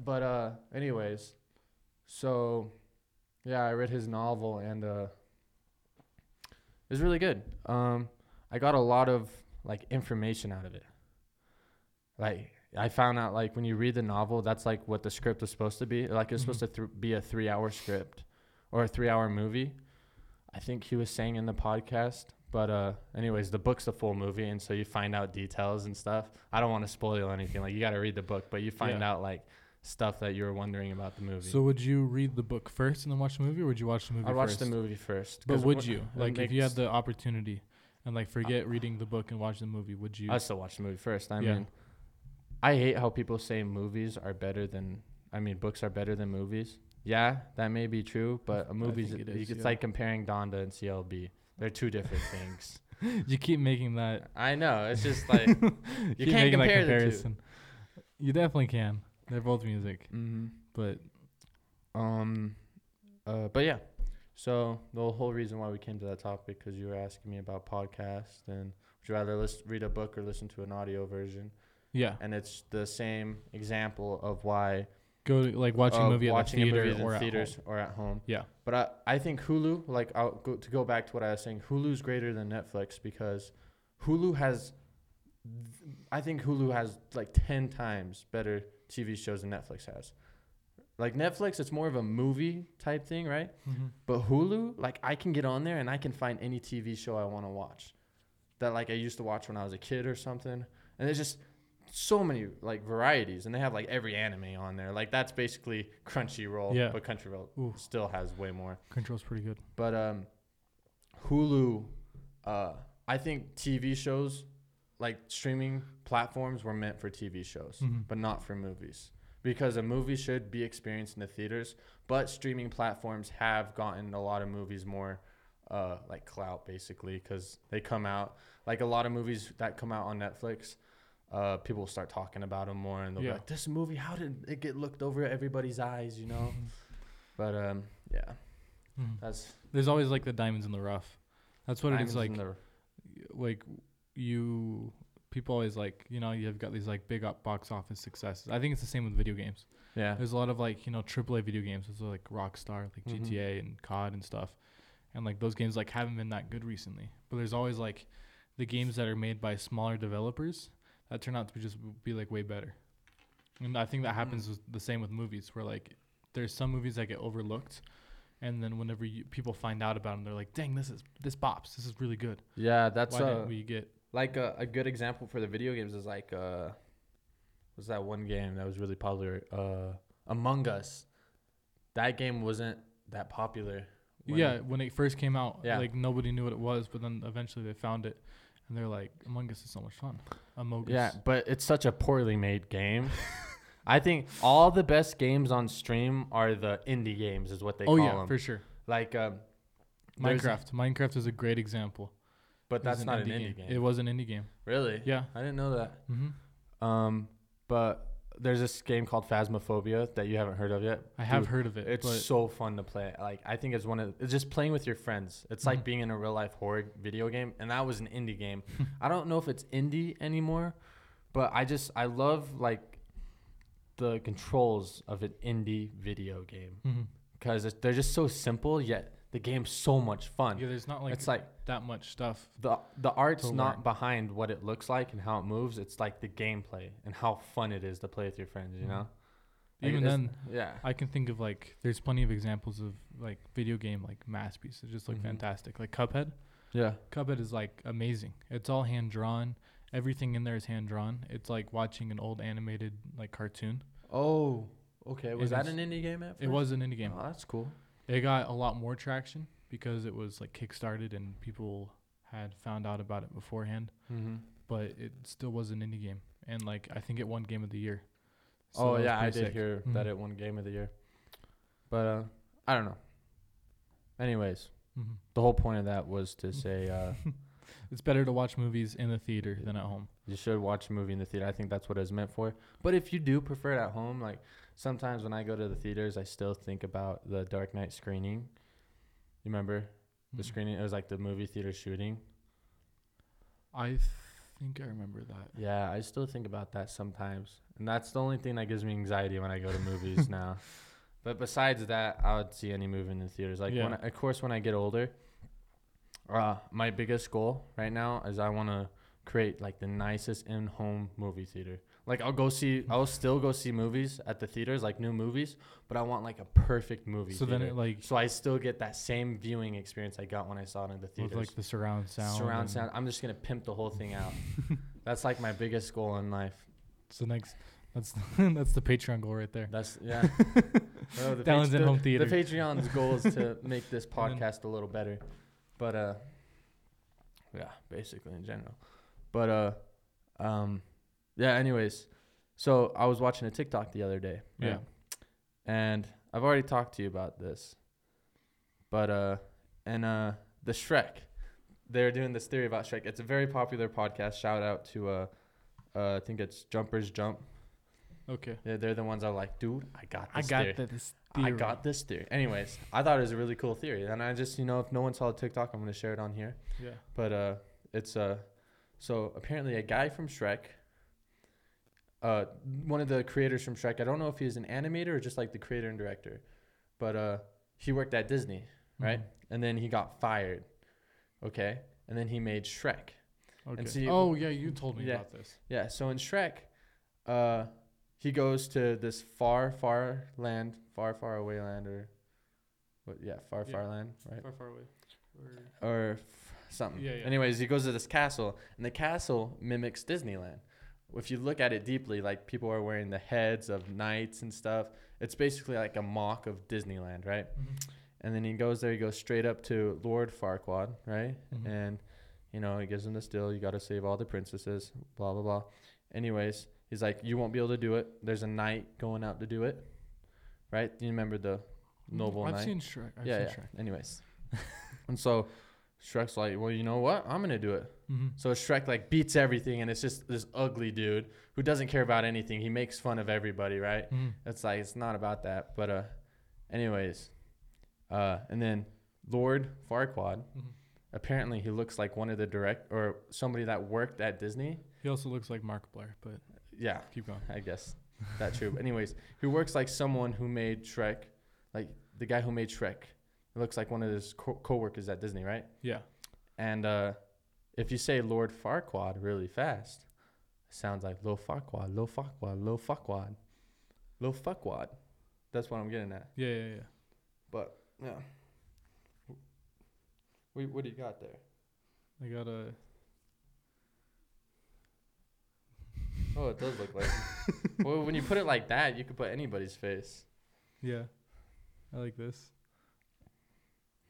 Speaker 2: But uh, anyways, so yeah, I read his novel and uh, it was really good. Um, I got a lot of like information out of it. Like I found out like when you read the novel, that's like what the script was supposed to be. Like it's supposed to th- be a three-hour script or a three-hour movie. I think he was saying in the podcast. But uh, anyways, the book's the full movie, and so you find out details and stuff. I don't want to spoil anything. Like you got to read the book, but you find
Speaker 1: Yeah.
Speaker 2: out like stuff that you were wondering about the movie.
Speaker 1: So would you read the book first and then watch the movie, or would you watch the movie?
Speaker 2: I
Speaker 1: first?
Speaker 2: watched the movie first.
Speaker 1: But
Speaker 2: 'cause
Speaker 1: would
Speaker 2: wh-
Speaker 1: you
Speaker 2: it
Speaker 1: like if you had
Speaker 2: makes-
Speaker 1: the opportunity and like forget reading the book and watch the movie? Would you?
Speaker 2: I still watched the movie first. I
Speaker 1: Yeah.
Speaker 2: mean, I hate how people say movies are better than. I mean, books are better than movies. Yeah, that may be true, but
Speaker 1: I
Speaker 2: a movie's
Speaker 1: think it
Speaker 2: you-
Speaker 1: is,
Speaker 2: it's
Speaker 1: yeah.
Speaker 2: like comparing Donda and CLB. They're two different things.
Speaker 1: you keep making that.
Speaker 2: I know. It's just like
Speaker 1: You
Speaker 2: can't compare the two.
Speaker 1: You definitely can. They're both music,
Speaker 2: mhm.
Speaker 1: but
Speaker 2: um, uh, but yeah. So the whole reason why we came to that topic because you were asking me about podcasts and would you rather list, read a book or listen to an audio version?
Speaker 1: yeah,
Speaker 2: and it's the same example of why
Speaker 1: go to, like watching a
Speaker 2: of
Speaker 1: movie at
Speaker 2: watching
Speaker 1: the theater
Speaker 2: a movie
Speaker 1: or
Speaker 2: in
Speaker 1: at
Speaker 2: theaters
Speaker 1: home.
Speaker 2: or at home.
Speaker 1: Yeah.
Speaker 2: But I, I think Hulu, like I'll go, to go back to what I was saying, Hulu's greater than Netflix because Hulu has, I think Hulu has like ten times better TV shows than Netflix has. Like Netflix, it's more of a movie type thing, right?
Speaker 1: Mhm.
Speaker 2: But Hulu, like I can get on there and I can find any TV show I want to watch that like I used to watch when I was a kid or something. And there's just so many like varieties and they have like every anime on there. Like that's basically Crunchyroll,
Speaker 1: Yeah.
Speaker 2: but Crunchyroll
Speaker 1: Ooh.
Speaker 2: still has way more.
Speaker 1: Control's pretty good.
Speaker 2: But um Hulu uh I think TV shows like streaming platforms were meant for TV shows,
Speaker 1: Mhm.
Speaker 2: but not for movies. Because a movie should be experienced in the theaters, but streaming platforms have gotten a lot of movies more uh, like clout basically because they come out like a lot of movies that come out on Netflix. Uh, people will start talking about them more, and they'll
Speaker 1: Yeah.
Speaker 2: be like, "This movie, how did it get looked over everybody's eyes?" You know. but um, yeah,
Speaker 1: Mhm.
Speaker 2: that's
Speaker 1: There's always like the diamonds in the rough. That's what it is
Speaker 2: diamonds in
Speaker 1: like.
Speaker 2: the-
Speaker 1: like you people always like you know you've got these like big up box office successes i think it's the same with video games
Speaker 2: yeah,
Speaker 1: there's a lot of like you know aaa video games it's like rockstar like
Speaker 2: Mhm.
Speaker 1: gta and cod and stuff and like those games like haven't been that good recently but there's always like the games that are made by smaller developers that turn out to be just be like way better and i think
Speaker 2: Mm-hmm.
Speaker 1: that happens with the same with movies where like there's some movies that get overlooked and then whenever you, people find out about them they're like dang this is this bops this is really good
Speaker 2: yeah. That's
Speaker 1: why
Speaker 2: uh,
Speaker 1: didn't we get
Speaker 2: like a, a good example for the video games is like uh, was that one game that was really popular? Uh, Among Us. That game wasn't that popular. when-
Speaker 1: yeah, when it first came out,
Speaker 2: Yeah.
Speaker 1: like nobody knew what it was, but then eventually they found it, and they're like, "Among Us is so much fun." Among Us.
Speaker 2: Yeah, but it's such a poorly made game. I think all the best games on stream are the indie games, is what they
Speaker 1: Oh
Speaker 2: call
Speaker 1: yeah,
Speaker 2: them.
Speaker 1: for sure.
Speaker 2: like, um, There's-
Speaker 1: Minecraft. Minecraft is a great example.
Speaker 2: but
Speaker 1: It was
Speaker 2: that's not an indie game.
Speaker 1: It was an indie game.
Speaker 2: really?
Speaker 1: Yeah.
Speaker 2: I didn't know that.
Speaker 1: hmm
Speaker 2: Um, but there's this game called Phasmophobia that you haven't heard of yet.
Speaker 1: I have
Speaker 2: Dude,
Speaker 1: heard of it.
Speaker 2: It's
Speaker 1: but
Speaker 2: so fun to play. Like I think it's one of it's just playing with your friends. It's
Speaker 1: Mhm.
Speaker 2: like being in a real life horror video game, and that was an indie game. I don't know if it's indie anymore, but I just I love like the controls of an indie video game
Speaker 1: Mhm.
Speaker 2: because they're just so simple yet the game's so much fun.
Speaker 1: yeah, there's not like,
Speaker 2: it's like
Speaker 1: that much stuff.
Speaker 2: the the art's
Speaker 1: To
Speaker 2: not
Speaker 1: learn.
Speaker 2: behind what it looks like and how it moves. It's like the gameplay and how fun it is to play with your friends. You
Speaker 1: Mhm.
Speaker 2: know, Like,
Speaker 1: Even
Speaker 2: it's-
Speaker 1: then,
Speaker 2: yeah.
Speaker 1: I can think of like there's plenty of examples of like video game like masterpieces, just like
Speaker 2: Mhm.
Speaker 1: fantastic, like Cuphead.
Speaker 2: Yeah.
Speaker 1: Cuphead is like amazing. It's all hand drawn. everything in there is hand drawn. It's like watching an old animated like cartoon.
Speaker 2: Oh, okay. Was
Speaker 1: It
Speaker 2: that
Speaker 1: is-
Speaker 2: an indie game at first?
Speaker 1: It was an indie game.
Speaker 2: Oh, that's cool.
Speaker 1: It got a lot more traction because it was like kickstarted and people had found out about it beforehand.
Speaker 2: Mm-hmm.
Speaker 1: But it still was an indie game, and like I think it won game of the year. So
Speaker 2: oh
Speaker 1: that was
Speaker 2: yeah, I
Speaker 1: pretty
Speaker 2: did
Speaker 1: sick.
Speaker 2: hear
Speaker 1: Mhm.
Speaker 2: that it won game of the year, but uh, I don't know. Anyways,
Speaker 1: Mhm.
Speaker 2: the whole point of that was to say uh,
Speaker 1: It's better to watch movies in the theater than at home.
Speaker 2: you should watch a movie in the theater. I think that's what it's meant for. But if you do prefer it at home, like sometimes when I go to the theaters, I still think about the Dark Knight screening. You remember the
Speaker 1: Mhm.
Speaker 2: screening? It was like the movie theater shooting.
Speaker 1: I th- think I remember that.
Speaker 2: Yeah, I still think about that sometimes. And that's the only thing that gives me anxiety when I go to movies now. But besides that, I would see any movie in the theaters. Like, when
Speaker 1: Yeah.
Speaker 2: I, of course, when I get older, uh, my biggest goal right now is I want to create like the nicest in-home movie theater. Like, I'll go see, I'll still go see movies at the theaters, like new movies, but I want like a perfect movie.
Speaker 1: So then
Speaker 2: theater.
Speaker 1: it like
Speaker 2: so I still get that same viewing experience I got when I saw it in the
Speaker 1: with
Speaker 2: theaters
Speaker 1: like the surround sound.
Speaker 2: surround
Speaker 1: and
Speaker 2: sound. I'm just gonna pimp the whole thing out. that's like my biggest goal in life.
Speaker 1: It's the next. That's that's the Patreon goal right there.
Speaker 2: That's yeah. No, the
Speaker 1: That one's in
Speaker 2: the-
Speaker 1: home theater.
Speaker 2: The Patreon's goal is to make this
Speaker 1: And then-
Speaker 2: podcast a little better, but uh, yeah, basically in general. But uh, um, yeah. Anyways, so I was watching a TikTok the other day.
Speaker 1: Yeah.
Speaker 2: And I've already talked to you about this, but uh, and uh, the Shrek, they're doing this theory about Shrek. It's a very popular podcast. Shout out to uh, uh I think it's Jumpers Jump.
Speaker 1: Okay.
Speaker 2: They're, they're the ones that are like, dude, I got
Speaker 1: I
Speaker 2: this
Speaker 1: got
Speaker 2: theory.
Speaker 1: that. This
Speaker 2: I got this theory. Anyways, I thought it was a really cool theory, and I just you know if no one saw the TikTok, I'm gonna share it on here.
Speaker 1: Yeah.
Speaker 2: But uh, it's uh, so apparently a guy from Shrek. Uh, one of the creators from Shrek. I don't know if he's an animator or just like the creator and director, but uh, he worked at Disney, right? And then he got fired. Okay, and then he made Shrek.
Speaker 1: Okay.
Speaker 2: see-
Speaker 1: oh yeah, you told me
Speaker 2: Yeah.
Speaker 1: about this.
Speaker 2: Yeah, so in Shrek, uh, he goes to this far, far land, far, far away land, or what? Yeah, far,
Speaker 1: Yeah.
Speaker 2: far land, right?
Speaker 1: Far, far away. Or-
Speaker 2: Or f- something.
Speaker 1: Yeah, yeah.
Speaker 2: Anyways, he goes to this castle, and the castle mimics Disneyland. If you look at it deeply, like people are wearing the heads of knights and stuff. It's basically like a mock of Disneyland, right?
Speaker 1: Mm-hmm.
Speaker 2: And then he goes there, he goes straight up to Lord Farquaad, right?
Speaker 1: Mhm.
Speaker 2: Mm-hmm. And, you know, he gives him this deal. You got to save all the princesses, blah, blah, blah. Anyways, he's like, you won't be able to do it. There's a knight going out to do it, right? You remember the noble
Speaker 1: Mm-hmm. I've
Speaker 2: knight?
Speaker 1: seen Shrek. I've
Speaker 2: yeah,
Speaker 1: seen
Speaker 2: yeah.
Speaker 1: Shrek.
Speaker 2: Anyways. and so Shrek's like, well, you know what? I'm going to do it.
Speaker 1: Mm-hmm.
Speaker 2: So Shrek like beats everything, and it's just this ugly dude who doesn't care about anything. He makes fun of everybody, right? It's like it's not about that, but uh, anyways, uh, and then Lord Farquaad.
Speaker 1: Mhm.
Speaker 2: Apparently, he looks like one of the direct or somebody that worked at Disney.
Speaker 1: He also looks like Mark Blair, but
Speaker 2: Yeah,
Speaker 1: keep going.
Speaker 2: I guess that's true. But anyways, who works like someone who made Shrek, like the guy who made Shrek. It looks like one of his co- coworkers at Disney, right?
Speaker 1: Yeah.
Speaker 2: And uh, if you say Lord Farquaad really fast, it sounds like Lo Farquaad, Lo Farquaad, Lo Farquaad, Lo Farquaad. That's what I'm getting at.
Speaker 1: Yeah, yeah, yeah.
Speaker 2: But yeah. What, what do you got there?
Speaker 1: I got a.
Speaker 2: Oh, it does look like. well, when you put it like that, you could put anybody's face.
Speaker 1: Yeah. I like this.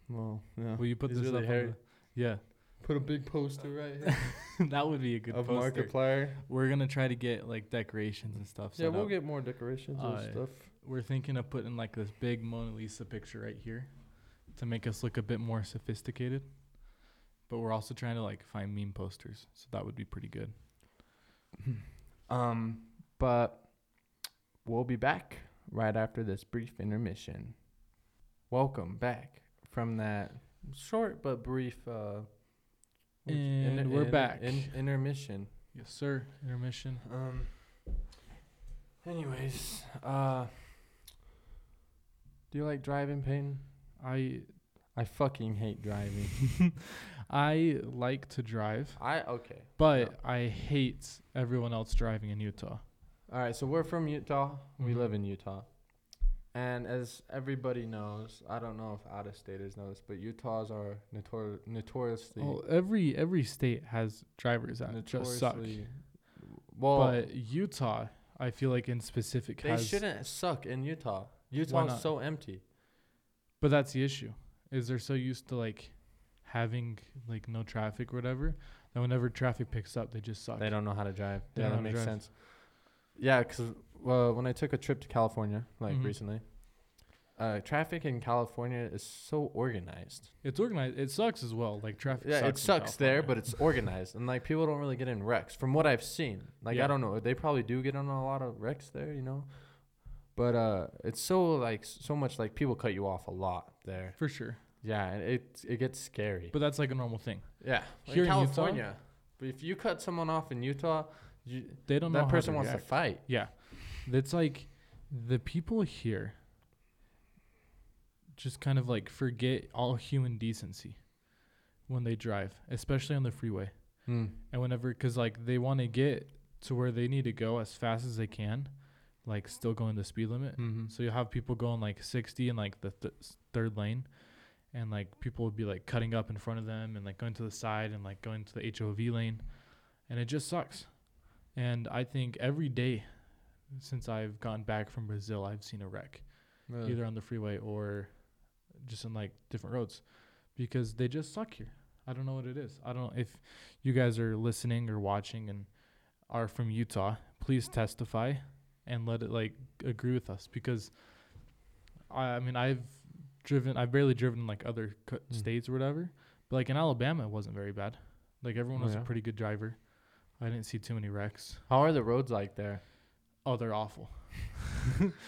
Speaker 2: Well, yeah.
Speaker 1: Will you put
Speaker 2: He's
Speaker 1: this
Speaker 2: really
Speaker 1: up on
Speaker 2: hairy.
Speaker 1: the- Yeah.
Speaker 2: Put a big poster right here
Speaker 1: that would be a good
Speaker 2: of
Speaker 1: poster.
Speaker 2: Markiplier.
Speaker 1: We're gonna try to get like decorations and stuff.
Speaker 2: Yeah,
Speaker 1: set
Speaker 2: we'll
Speaker 1: up.
Speaker 2: get more decorations
Speaker 1: Uh,
Speaker 2: and stuff.
Speaker 1: We're thinking of putting like this big Mona Lisa picture right here, to make us look a bit more sophisticated. But we're also trying to like find meme posters, so that would be pretty good.
Speaker 2: Um, but we'll be back right after this brief intermission. Welcome back from that short but brief. Uh, which-
Speaker 1: And we're back.
Speaker 2: intermission.
Speaker 1: Yes, sir. Intermission.
Speaker 2: Um. Anyways, uh, do you like driving, Peyton?
Speaker 1: I
Speaker 2: I fucking hate driving.
Speaker 1: I like to drive,
Speaker 2: I okay.
Speaker 1: but I hate everyone else driving in Utah.
Speaker 2: All right, so we're from Utah. We
Speaker 1: Mhm.
Speaker 2: live in Utah, And as everybody knows, I don't know if out of staters know this, but Utahs are notori- notoriously
Speaker 1: Well, every every state has drivers Oh, that just suck.
Speaker 2: notoriously. Well,
Speaker 1: but Utah, I feel like in specific
Speaker 2: they
Speaker 1: has.
Speaker 2: shouldn't suck in Utah. Utah's
Speaker 1: not?
Speaker 2: so empty.
Speaker 1: But that's the issue, is they're so used to like having like no traffic or whatever that whenever traffic picks up, they just suck.
Speaker 2: They don't know how to drive.
Speaker 1: They
Speaker 2: yeah,
Speaker 1: don't
Speaker 2: that
Speaker 1: know how to
Speaker 2: makes
Speaker 1: drive.
Speaker 2: sense. Yeah, because well, when I took a trip to California, like
Speaker 1: Mhm.
Speaker 2: recently, uh, traffic in California is so organized.
Speaker 1: It's organized. It sucks as well. Like traffic.
Speaker 2: yeah,
Speaker 1: sucks
Speaker 2: it sucks
Speaker 1: in
Speaker 2: there,
Speaker 1: California.
Speaker 2: but it's organized, and like people don't really get in wrecks, from what I've seen. Like
Speaker 1: Yeah.
Speaker 2: I don't know, they probably do get in a lot of wrecks there, you know. But uh, it's so like so much like people cut you off a lot there.
Speaker 1: for sure.
Speaker 2: Yeah, and it it gets scary.
Speaker 1: But that's like a normal thing.
Speaker 2: yeah,
Speaker 1: here
Speaker 2: here
Speaker 1: in
Speaker 2: in
Speaker 1: Utah-
Speaker 2: California, but if you cut someone off in Utah, you,
Speaker 1: They don't know
Speaker 2: that
Speaker 1: how
Speaker 2: person
Speaker 1: to
Speaker 2: wants
Speaker 1: react.
Speaker 2: to fight.
Speaker 1: Yeah. That's like the people here just kind of like forget all human decency when they drive, especially on the freeway.
Speaker 2: Hmm. Uh,
Speaker 1: And whenever, because like they want to get to where they need to go as fast as they can, like still going the speed limit.
Speaker 2: Mm-hmm.
Speaker 1: So you'll have people going like 60 in like the th- third lane, and like people would be like cutting up in front of them and like going to the side and like going to the HOV lane, and it just sucks. And I think every day since I've gotten back from Brazil, I've seen a wreck
Speaker 2: Hmm.
Speaker 1: either on the freeway or just in like different roads because they just suck here. I don't know what it is. I don't know if you guys are listening or watching and are from Utah, please testify and let it like agree with us because I, I mean, I've driven, I've barely driven in like other co-
Speaker 2: Mm.
Speaker 1: states or whatever, but like in Alabama, it wasn't very bad. Like everyone
Speaker 2: Oh,
Speaker 1: was
Speaker 2: yeah?
Speaker 1: a pretty good driver. I didn't see too many wrecks.
Speaker 2: How are the roads like there?
Speaker 1: Oh, they're awful.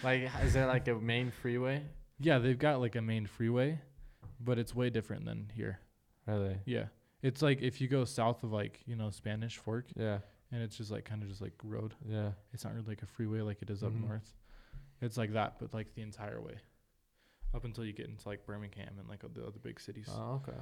Speaker 2: Like, h- is there like a main freeway?
Speaker 1: Yeah, they've got like a main freeway, but it's way different than here.
Speaker 2: Really?
Speaker 1: Yeah. It's like if you go south of like, you know, Spanish Fork
Speaker 2: Yeah,
Speaker 1: and it's just like kind of just like road.
Speaker 2: yeah.
Speaker 1: It's not really like a freeway like it is
Speaker 2: Mhm.
Speaker 1: up north. It's like that, but like the entire way. Up until you get into like Birmingham and like the other big cities.
Speaker 2: Oh, okay.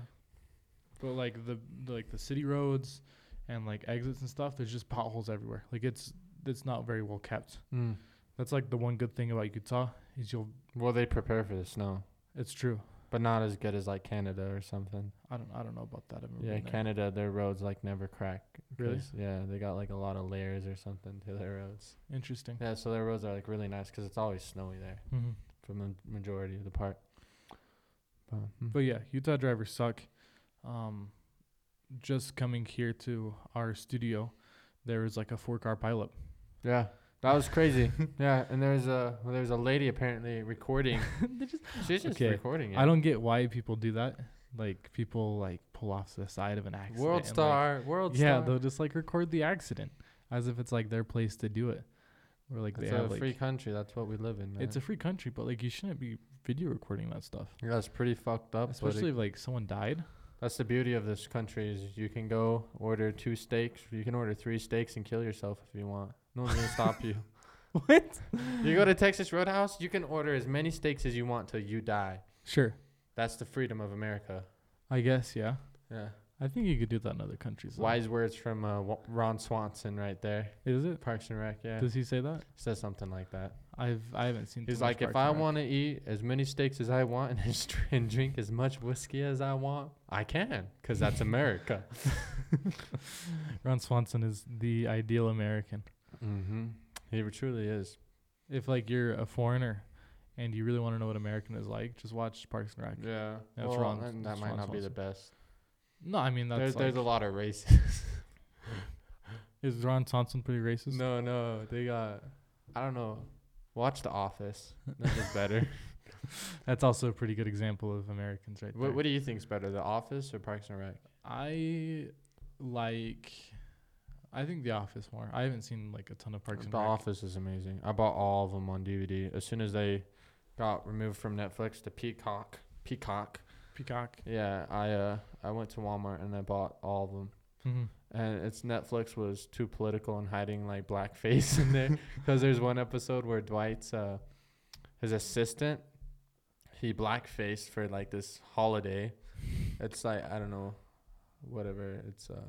Speaker 1: But like the like the city roads and like exits and stuff, there's just potholes everywhere. Like it's it's not very well kept.
Speaker 2: Mm.
Speaker 1: That's like the one good thing about Utah is you'll
Speaker 2: Well, they prepare for the snow,
Speaker 1: it's true.
Speaker 2: but not as good as like Canada or something.
Speaker 1: I don't I don't know about that. I've never
Speaker 2: Yeah,
Speaker 1: been there.
Speaker 2: Canada, their roads like never crack.
Speaker 1: Really?
Speaker 2: 'cause, Yeah, they got like a lot of layers or something to their roads.
Speaker 1: Interesting.
Speaker 2: Yeah, so their roads are like really nice because it's always snowy there
Speaker 1: hmm
Speaker 2: for the majority of the part. But, mm.
Speaker 1: But yeah, Utah drivers suck. Um, just coming here to our studio, there was like a four car pileup.
Speaker 2: yeah, that was crazy. yeah, and there's a well, there's a lady apparently recording. She's just
Speaker 1: Okay,
Speaker 2: recording it.
Speaker 1: I don't get why people do that. Like people like pull off to the side of an accident.
Speaker 2: World
Speaker 1: and, like-
Speaker 2: star, world
Speaker 1: yeah,
Speaker 2: star.
Speaker 1: they'll just like record the accident as if it's like their place to do it, or like
Speaker 2: It's
Speaker 1: they have
Speaker 2: a
Speaker 1: like
Speaker 2: free country. That's what we live in. Man.
Speaker 1: it's a free country, but like you shouldn't be video recording that stuff,
Speaker 2: yeah, it's pretty fucked up. but it-
Speaker 1: especially if like someone died.
Speaker 2: that's the beauty of this country is you can go order two steaks. You can order three steaks and kill yourself if you want. No one's gonna stop you.
Speaker 1: What?
Speaker 2: You go to Texas Roadhouse, you can order as many steaks as you want till you die.
Speaker 1: Sure,
Speaker 2: That's the freedom of America.
Speaker 1: I guess yeah.
Speaker 2: Yeah.
Speaker 1: I think you could do that in other countries. though.
Speaker 2: Wise words from uh, Wa- Ron Swanson right there.
Speaker 1: is it?
Speaker 2: Parks and Rec. Yeah.
Speaker 1: Does he say that?
Speaker 2: Says something like that.
Speaker 1: I've I haven't seen. too
Speaker 2: He's
Speaker 1: much
Speaker 2: like, if
Speaker 1: Parks and
Speaker 2: I
Speaker 1: Rec."
Speaker 2: want to eat as many steaks as I want and, just dr- and drink as much whiskey as I want, I can, because that's America.
Speaker 1: Ron Swanson is the ideal American.
Speaker 2: mm-hmm. He truly is.
Speaker 1: If like you're a foreigner, and you really want to know what American is like, just watch Parks and Rec.
Speaker 2: Yeah.
Speaker 1: That's
Speaker 2: well,
Speaker 1: Ron-
Speaker 2: and
Speaker 1: that's
Speaker 2: that might
Speaker 1: Ron
Speaker 2: not be the best.
Speaker 1: No, I mean that's
Speaker 2: There's,
Speaker 1: like,
Speaker 2: there's a lot of races.
Speaker 1: is Ron Swanson pretty racist?
Speaker 2: no, no. They got, I don't know. Watch The Office. That is better.
Speaker 1: That's also a pretty good example of Americans, right there.
Speaker 2: what, what do you think's better, The Office or Parks and Rec?
Speaker 1: I like. I think The Office more. I haven't seen like a ton of Parks and
Speaker 2: the
Speaker 1: Rec.
Speaker 2: Office is amazing. I bought all of them on DVD. As soon as they got removed from Netflix to Peacock, Peacock.
Speaker 1: Peacock.
Speaker 2: Yeah, I uh, I went to Walmart and I bought all of them.
Speaker 1: hmm
Speaker 2: And it's Netflix was too political and hiding like blackface in there because there's one episode where Dwight's uh, his assistant he blackfaced for like this holiday. It's like I don't know, whatever. It's uh.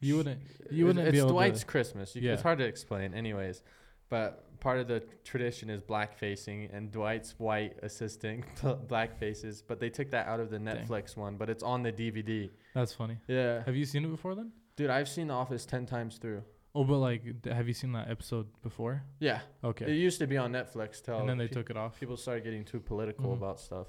Speaker 1: You
Speaker 2: Sh-
Speaker 1: wouldn't- you
Speaker 2: it's-
Speaker 1: wouldn't be
Speaker 2: It's
Speaker 1: able to-
Speaker 2: Dwight's Christmas. You,
Speaker 1: Yeah.
Speaker 2: It's hard to explain. Anyways, But part of the tradition is black facing, and Dwight's white assisting black faces. But they took that out of the
Speaker 1: Dang.
Speaker 2: Netflix one, but it's on the DVD.
Speaker 1: That's funny.
Speaker 2: Yeah,
Speaker 1: Have you seen it before then?
Speaker 2: dude, I've seen The Office ten times through.
Speaker 1: Oh, but like, d- have you seen that episode before?
Speaker 2: Yeah,
Speaker 1: Okay.
Speaker 2: it used to be on Netflix. Till
Speaker 1: and then they
Speaker 2: pe-
Speaker 1: took it off.
Speaker 2: people started getting too political
Speaker 1: Mhm.
Speaker 2: about stuff.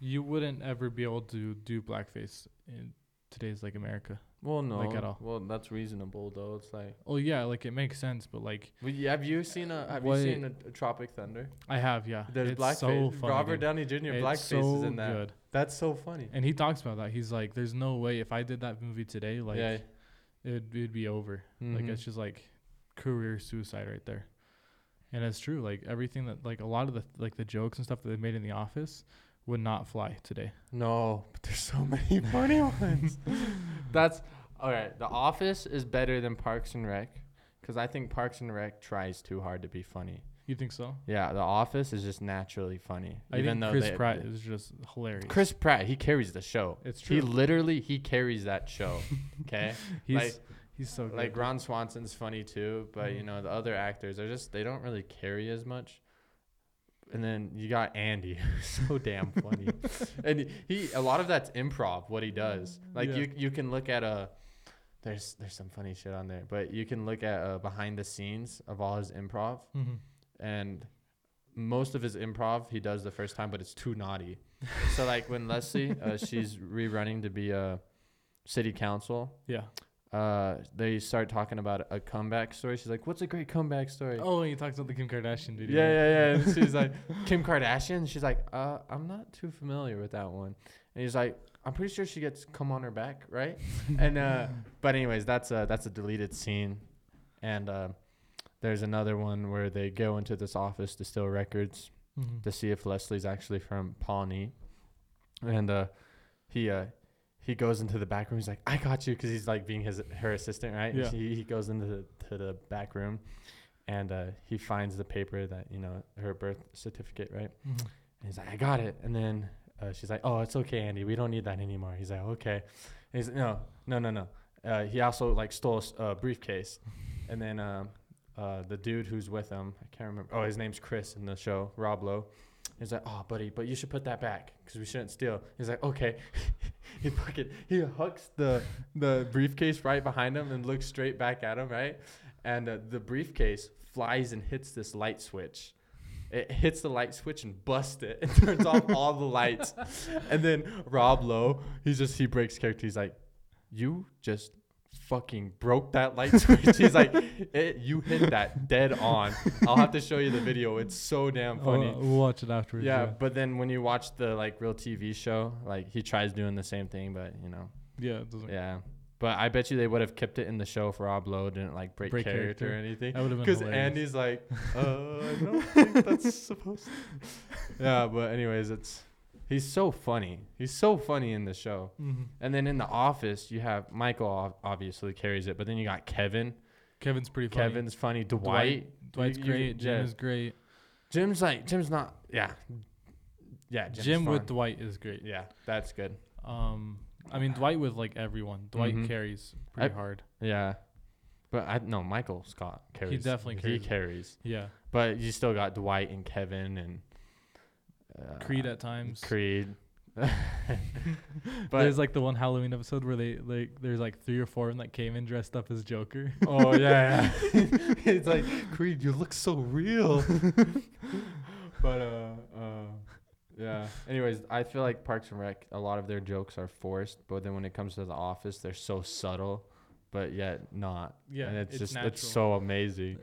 Speaker 1: You wouldn't ever be able to do blackface in today's like America.
Speaker 2: Well, no,
Speaker 1: at all.
Speaker 2: Well, that's reasonable though. It's like,
Speaker 1: Oh yeah, like it makes sense, but like
Speaker 2: Well, you- have you seen a Have
Speaker 1: What-
Speaker 2: you seen a, a Tropic Thunder?
Speaker 1: I have, yeah.
Speaker 2: There's
Speaker 1: it's
Speaker 2: blackface.
Speaker 1: so funny.
Speaker 2: Robert
Speaker 1: dude.
Speaker 2: Downey Jr.
Speaker 1: It's
Speaker 2: blackface
Speaker 1: so
Speaker 2: is in that.
Speaker 1: good.
Speaker 2: That's so funny.
Speaker 1: And he talks about that. He's like, "There's no way if I did that movie today, like
Speaker 2: yeah.
Speaker 1: it'd, it'd be over. Like
Speaker 2: Mhm.
Speaker 1: it's just like career suicide right there." And it's true. Like everything that, like a lot of the like the jokes and stuff that they made in The Office would not fly today.
Speaker 2: No, but there's so many funny ones. That's all right. The Office is better than Parks and Rec because I think Parks and Rec tries too hard to be funny.
Speaker 1: You think so?
Speaker 2: Yeah, The Office is just naturally funny.
Speaker 1: I think Chris
Speaker 2: they-
Speaker 1: Pratt is just hilarious.
Speaker 2: Chris Pratt, he carries the show.
Speaker 1: It's
Speaker 2: He
Speaker 1: true.
Speaker 2: literally he carries that show. Okay,
Speaker 1: he's
Speaker 2: like
Speaker 1: he's so good.
Speaker 2: like Ron Swanson's funny too, but you
Speaker 1: Mhm.
Speaker 2: know the other actors are just they don't really carry as much. And then you got Andy, so damn funny, and he a lot of that's improv what he does. Like
Speaker 1: Yeah.
Speaker 2: you you can look at a there's there's some funny shit on there, but you can look at uh behind the scenes of all his improv,
Speaker 1: Mhm.
Speaker 2: and most of his improv he does the first time, but it's too naughty. so like when Leslie uh, she's rerunning to be a city council,
Speaker 1: Yeah.
Speaker 2: uh, they start talking about a comeback story. She's like, "What's a great comeback story?"
Speaker 1: Oh, he talks about the Kim Kardashian
Speaker 2: yeah,
Speaker 1: video.
Speaker 2: yeah, yeah. And she's like, "Kim Kardashian." She's like, "Uh, I'm not too familiar with that one." And he's like, "I'm pretty sure she gets come on her back, right?" and uh, but anyways, that's a that's a deleted scene, and uh, there's another one where they go into this office to steal records
Speaker 1: Mhm.
Speaker 2: to see if Leslie's actually from Pawnee, and uh, he uh, he goes into the back room. He's like, "I got you," because he's like being his her assistant, right? And
Speaker 1: Yeah.
Speaker 2: He he goes into the, to the back room, and uh, he finds the paper that you know her birth certificate, right?
Speaker 1: Mhm.
Speaker 2: And he's like, "I got it," and then uh, she's like, "Oh, it's okay, Andy. We don't need that anymore." He's like, "Okay," and he's no, no, no, no. Uh, he also like stole a s- a briefcase, and then. Um, uh, the dude who's with him, I can't remember. Oh, his name's Chris in the show, Rob Lowe. He's like, oh, buddy, but you should put that back because we shouldn't steal. He's like, okay. he fucking he hooks the the briefcase right behind him and looks straight back at him, right? And uh, the briefcase flies and hits this light switch. It hits the light switch and busts it and turns off all the lights. And then Rob Lowe, he's just he breaks character. He's like, you just fucking broke that light switch. he's like, it, you hit that dead on. I'll have to show you the video. It's so damn funny.
Speaker 1: Oh, we'll watch it afterwards.
Speaker 2: Yeah, but then when you watch the like real TV show, like he tries doing the same thing, but you know,
Speaker 1: yeah. it doesn't.
Speaker 2: yeah. But I bet you they would have kept it in the show if Rob Lowe didn't like break,
Speaker 1: Break
Speaker 2: character,
Speaker 1: character.
Speaker 2: or anything.
Speaker 1: That would have been
Speaker 2: Because
Speaker 1: hilarious.
Speaker 2: Andy's like, uh, I don't think that's supposed. to Yeah, but anyways, it's he's so funny. He's so funny in the show.
Speaker 1: Mhm.
Speaker 2: And then in the office, you have Michael ob- obviously carries it, but then you got Kevin.
Speaker 1: Kevin's pretty funny.
Speaker 2: Kevin's funny. Dwight.
Speaker 1: Dwight's
Speaker 2: you- you-
Speaker 1: great. Jim
Speaker 2: yeah.
Speaker 1: is great.
Speaker 2: Jim's like Jim's not. Yeah. Yeah. Jim's
Speaker 1: Jim
Speaker 2: fun.
Speaker 1: with Dwight is great.
Speaker 2: Yeah, that's good.
Speaker 1: Um, I mean Dwight with like everyone. Dwight
Speaker 2: Mhm.
Speaker 1: carries pretty hard.
Speaker 2: Yeah. But I no, Michael Scott carries.
Speaker 1: definitely carries
Speaker 2: He
Speaker 1: it.
Speaker 2: carries.
Speaker 1: Yeah.
Speaker 2: But you still got Dwight and Kevin and uh,
Speaker 1: Creed at times.
Speaker 2: Creed.
Speaker 1: there's
Speaker 2: but
Speaker 1: like the one Halloween episode where they like there's like three or four of them that came in dressed up as Joker.
Speaker 2: oh yeah, yeah. it's like Creed, you look so real. but uh, uh, yeah. Anyways, I feel like Parks and Rec. A lot of their jokes are forced, but then when it comes to The Office, they're so subtle, but yet not.
Speaker 1: Yeah,
Speaker 2: and it's,
Speaker 1: it's
Speaker 2: just it's
Speaker 1: natural.
Speaker 2: so amazing.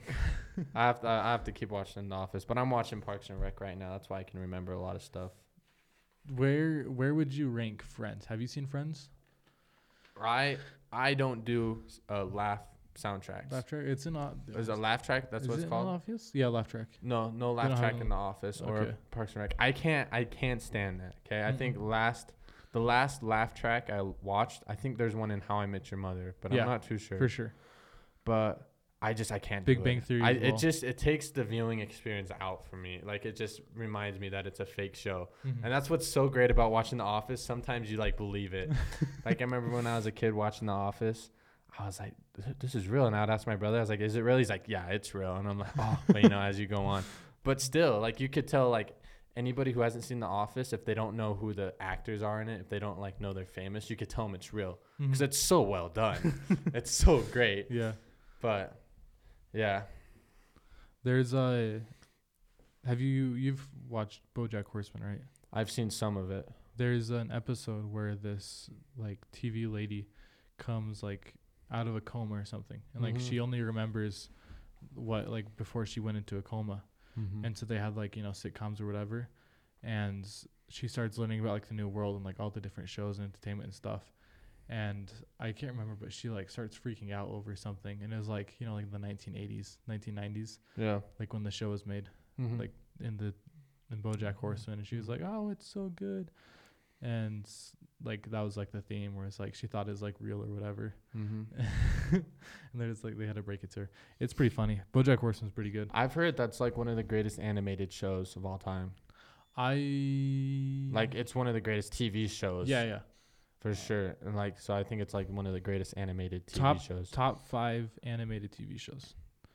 Speaker 2: I have to I have to keep watching The Office, but I'm watching Parks and Rec right now. That's why I can remember a lot of stuff.
Speaker 1: Where where would you rank Friends? Have you seen Friends?
Speaker 2: I I don't do uh, laugh soundtracks.
Speaker 1: Laugh track. It's in. o-
Speaker 2: Is it a laugh track? That's
Speaker 1: is
Speaker 2: what
Speaker 1: it
Speaker 2: it's
Speaker 1: in
Speaker 2: called.
Speaker 1: Office? Yeah, laugh track.
Speaker 2: No, no
Speaker 1: don't
Speaker 2: laugh
Speaker 1: have
Speaker 2: track
Speaker 1: no-
Speaker 2: in the office or
Speaker 1: Okay.
Speaker 2: Parks and Rec. I can't I can't stand that. Okay, I think last the last laugh track I watched. I think there's one in How I Met Your Mother, but
Speaker 1: Yeah,
Speaker 2: I'm not too sure.
Speaker 1: For sure.
Speaker 2: But I just I can't.
Speaker 1: Big
Speaker 2: do
Speaker 1: Bang
Speaker 2: it.
Speaker 1: Theory
Speaker 2: I,
Speaker 1: as well.
Speaker 2: It just it takes the viewing experience out for me. Like it just reminds me that it's a fake show,
Speaker 1: Mm.
Speaker 2: and that's what's so great about watching The Office. Sometimes you like believe it. like I remember when I was a kid watching The Office. I was like, "Th- this is real. And I'd ask my brother, I was like, is it real? He's like, yeah, it's real. And I'm like, oh, but you know, as you go on. But still, like, you could tell, like, anybody who hasn't seen The Office, if they don't know who the actors are in it, if they don't, like, know they're famous, you could tell them it's real. Because
Speaker 1: Mm.
Speaker 2: it's so well done. it's so great.
Speaker 1: yeah.
Speaker 2: But, yeah.
Speaker 1: There's a. Have you you've watched BoJack Horseman, right?
Speaker 2: I've seen some of it.
Speaker 1: There's an episode where this like TV lady comes like out of a coma or something, and like
Speaker 2: Mhm.
Speaker 1: she only remembers what like before she went into a coma,
Speaker 2: Mm-hmm.
Speaker 1: and so they had like you know sitcoms or whatever, and she starts learning about like the new world and like all the different shows and entertainment and stuff. And I can't remember, but she like starts freaking out over something, and it was like you know like the 1980s, 1990s,
Speaker 2: yeah.
Speaker 1: like when the show was made
Speaker 2: Mhm.
Speaker 1: like in the in BoJack Horseman, and she was like, "Oh, it's so good," and like that was like the theme where it's like she thought it was like real or whatever,
Speaker 2: Mhm.
Speaker 1: and then it's like they had to break it to her. It's pretty funny. BoJack Horseman's pretty good.
Speaker 2: I've heard that's, like, one of the greatest animated shows of all time.
Speaker 1: I
Speaker 2: Like, it's one of the greatest TV shows.
Speaker 1: yeah yeah
Speaker 2: For sure. And like so I think it's like one of the greatest animated TV
Speaker 1: Top-
Speaker 2: shows.
Speaker 1: top five animated TV shows.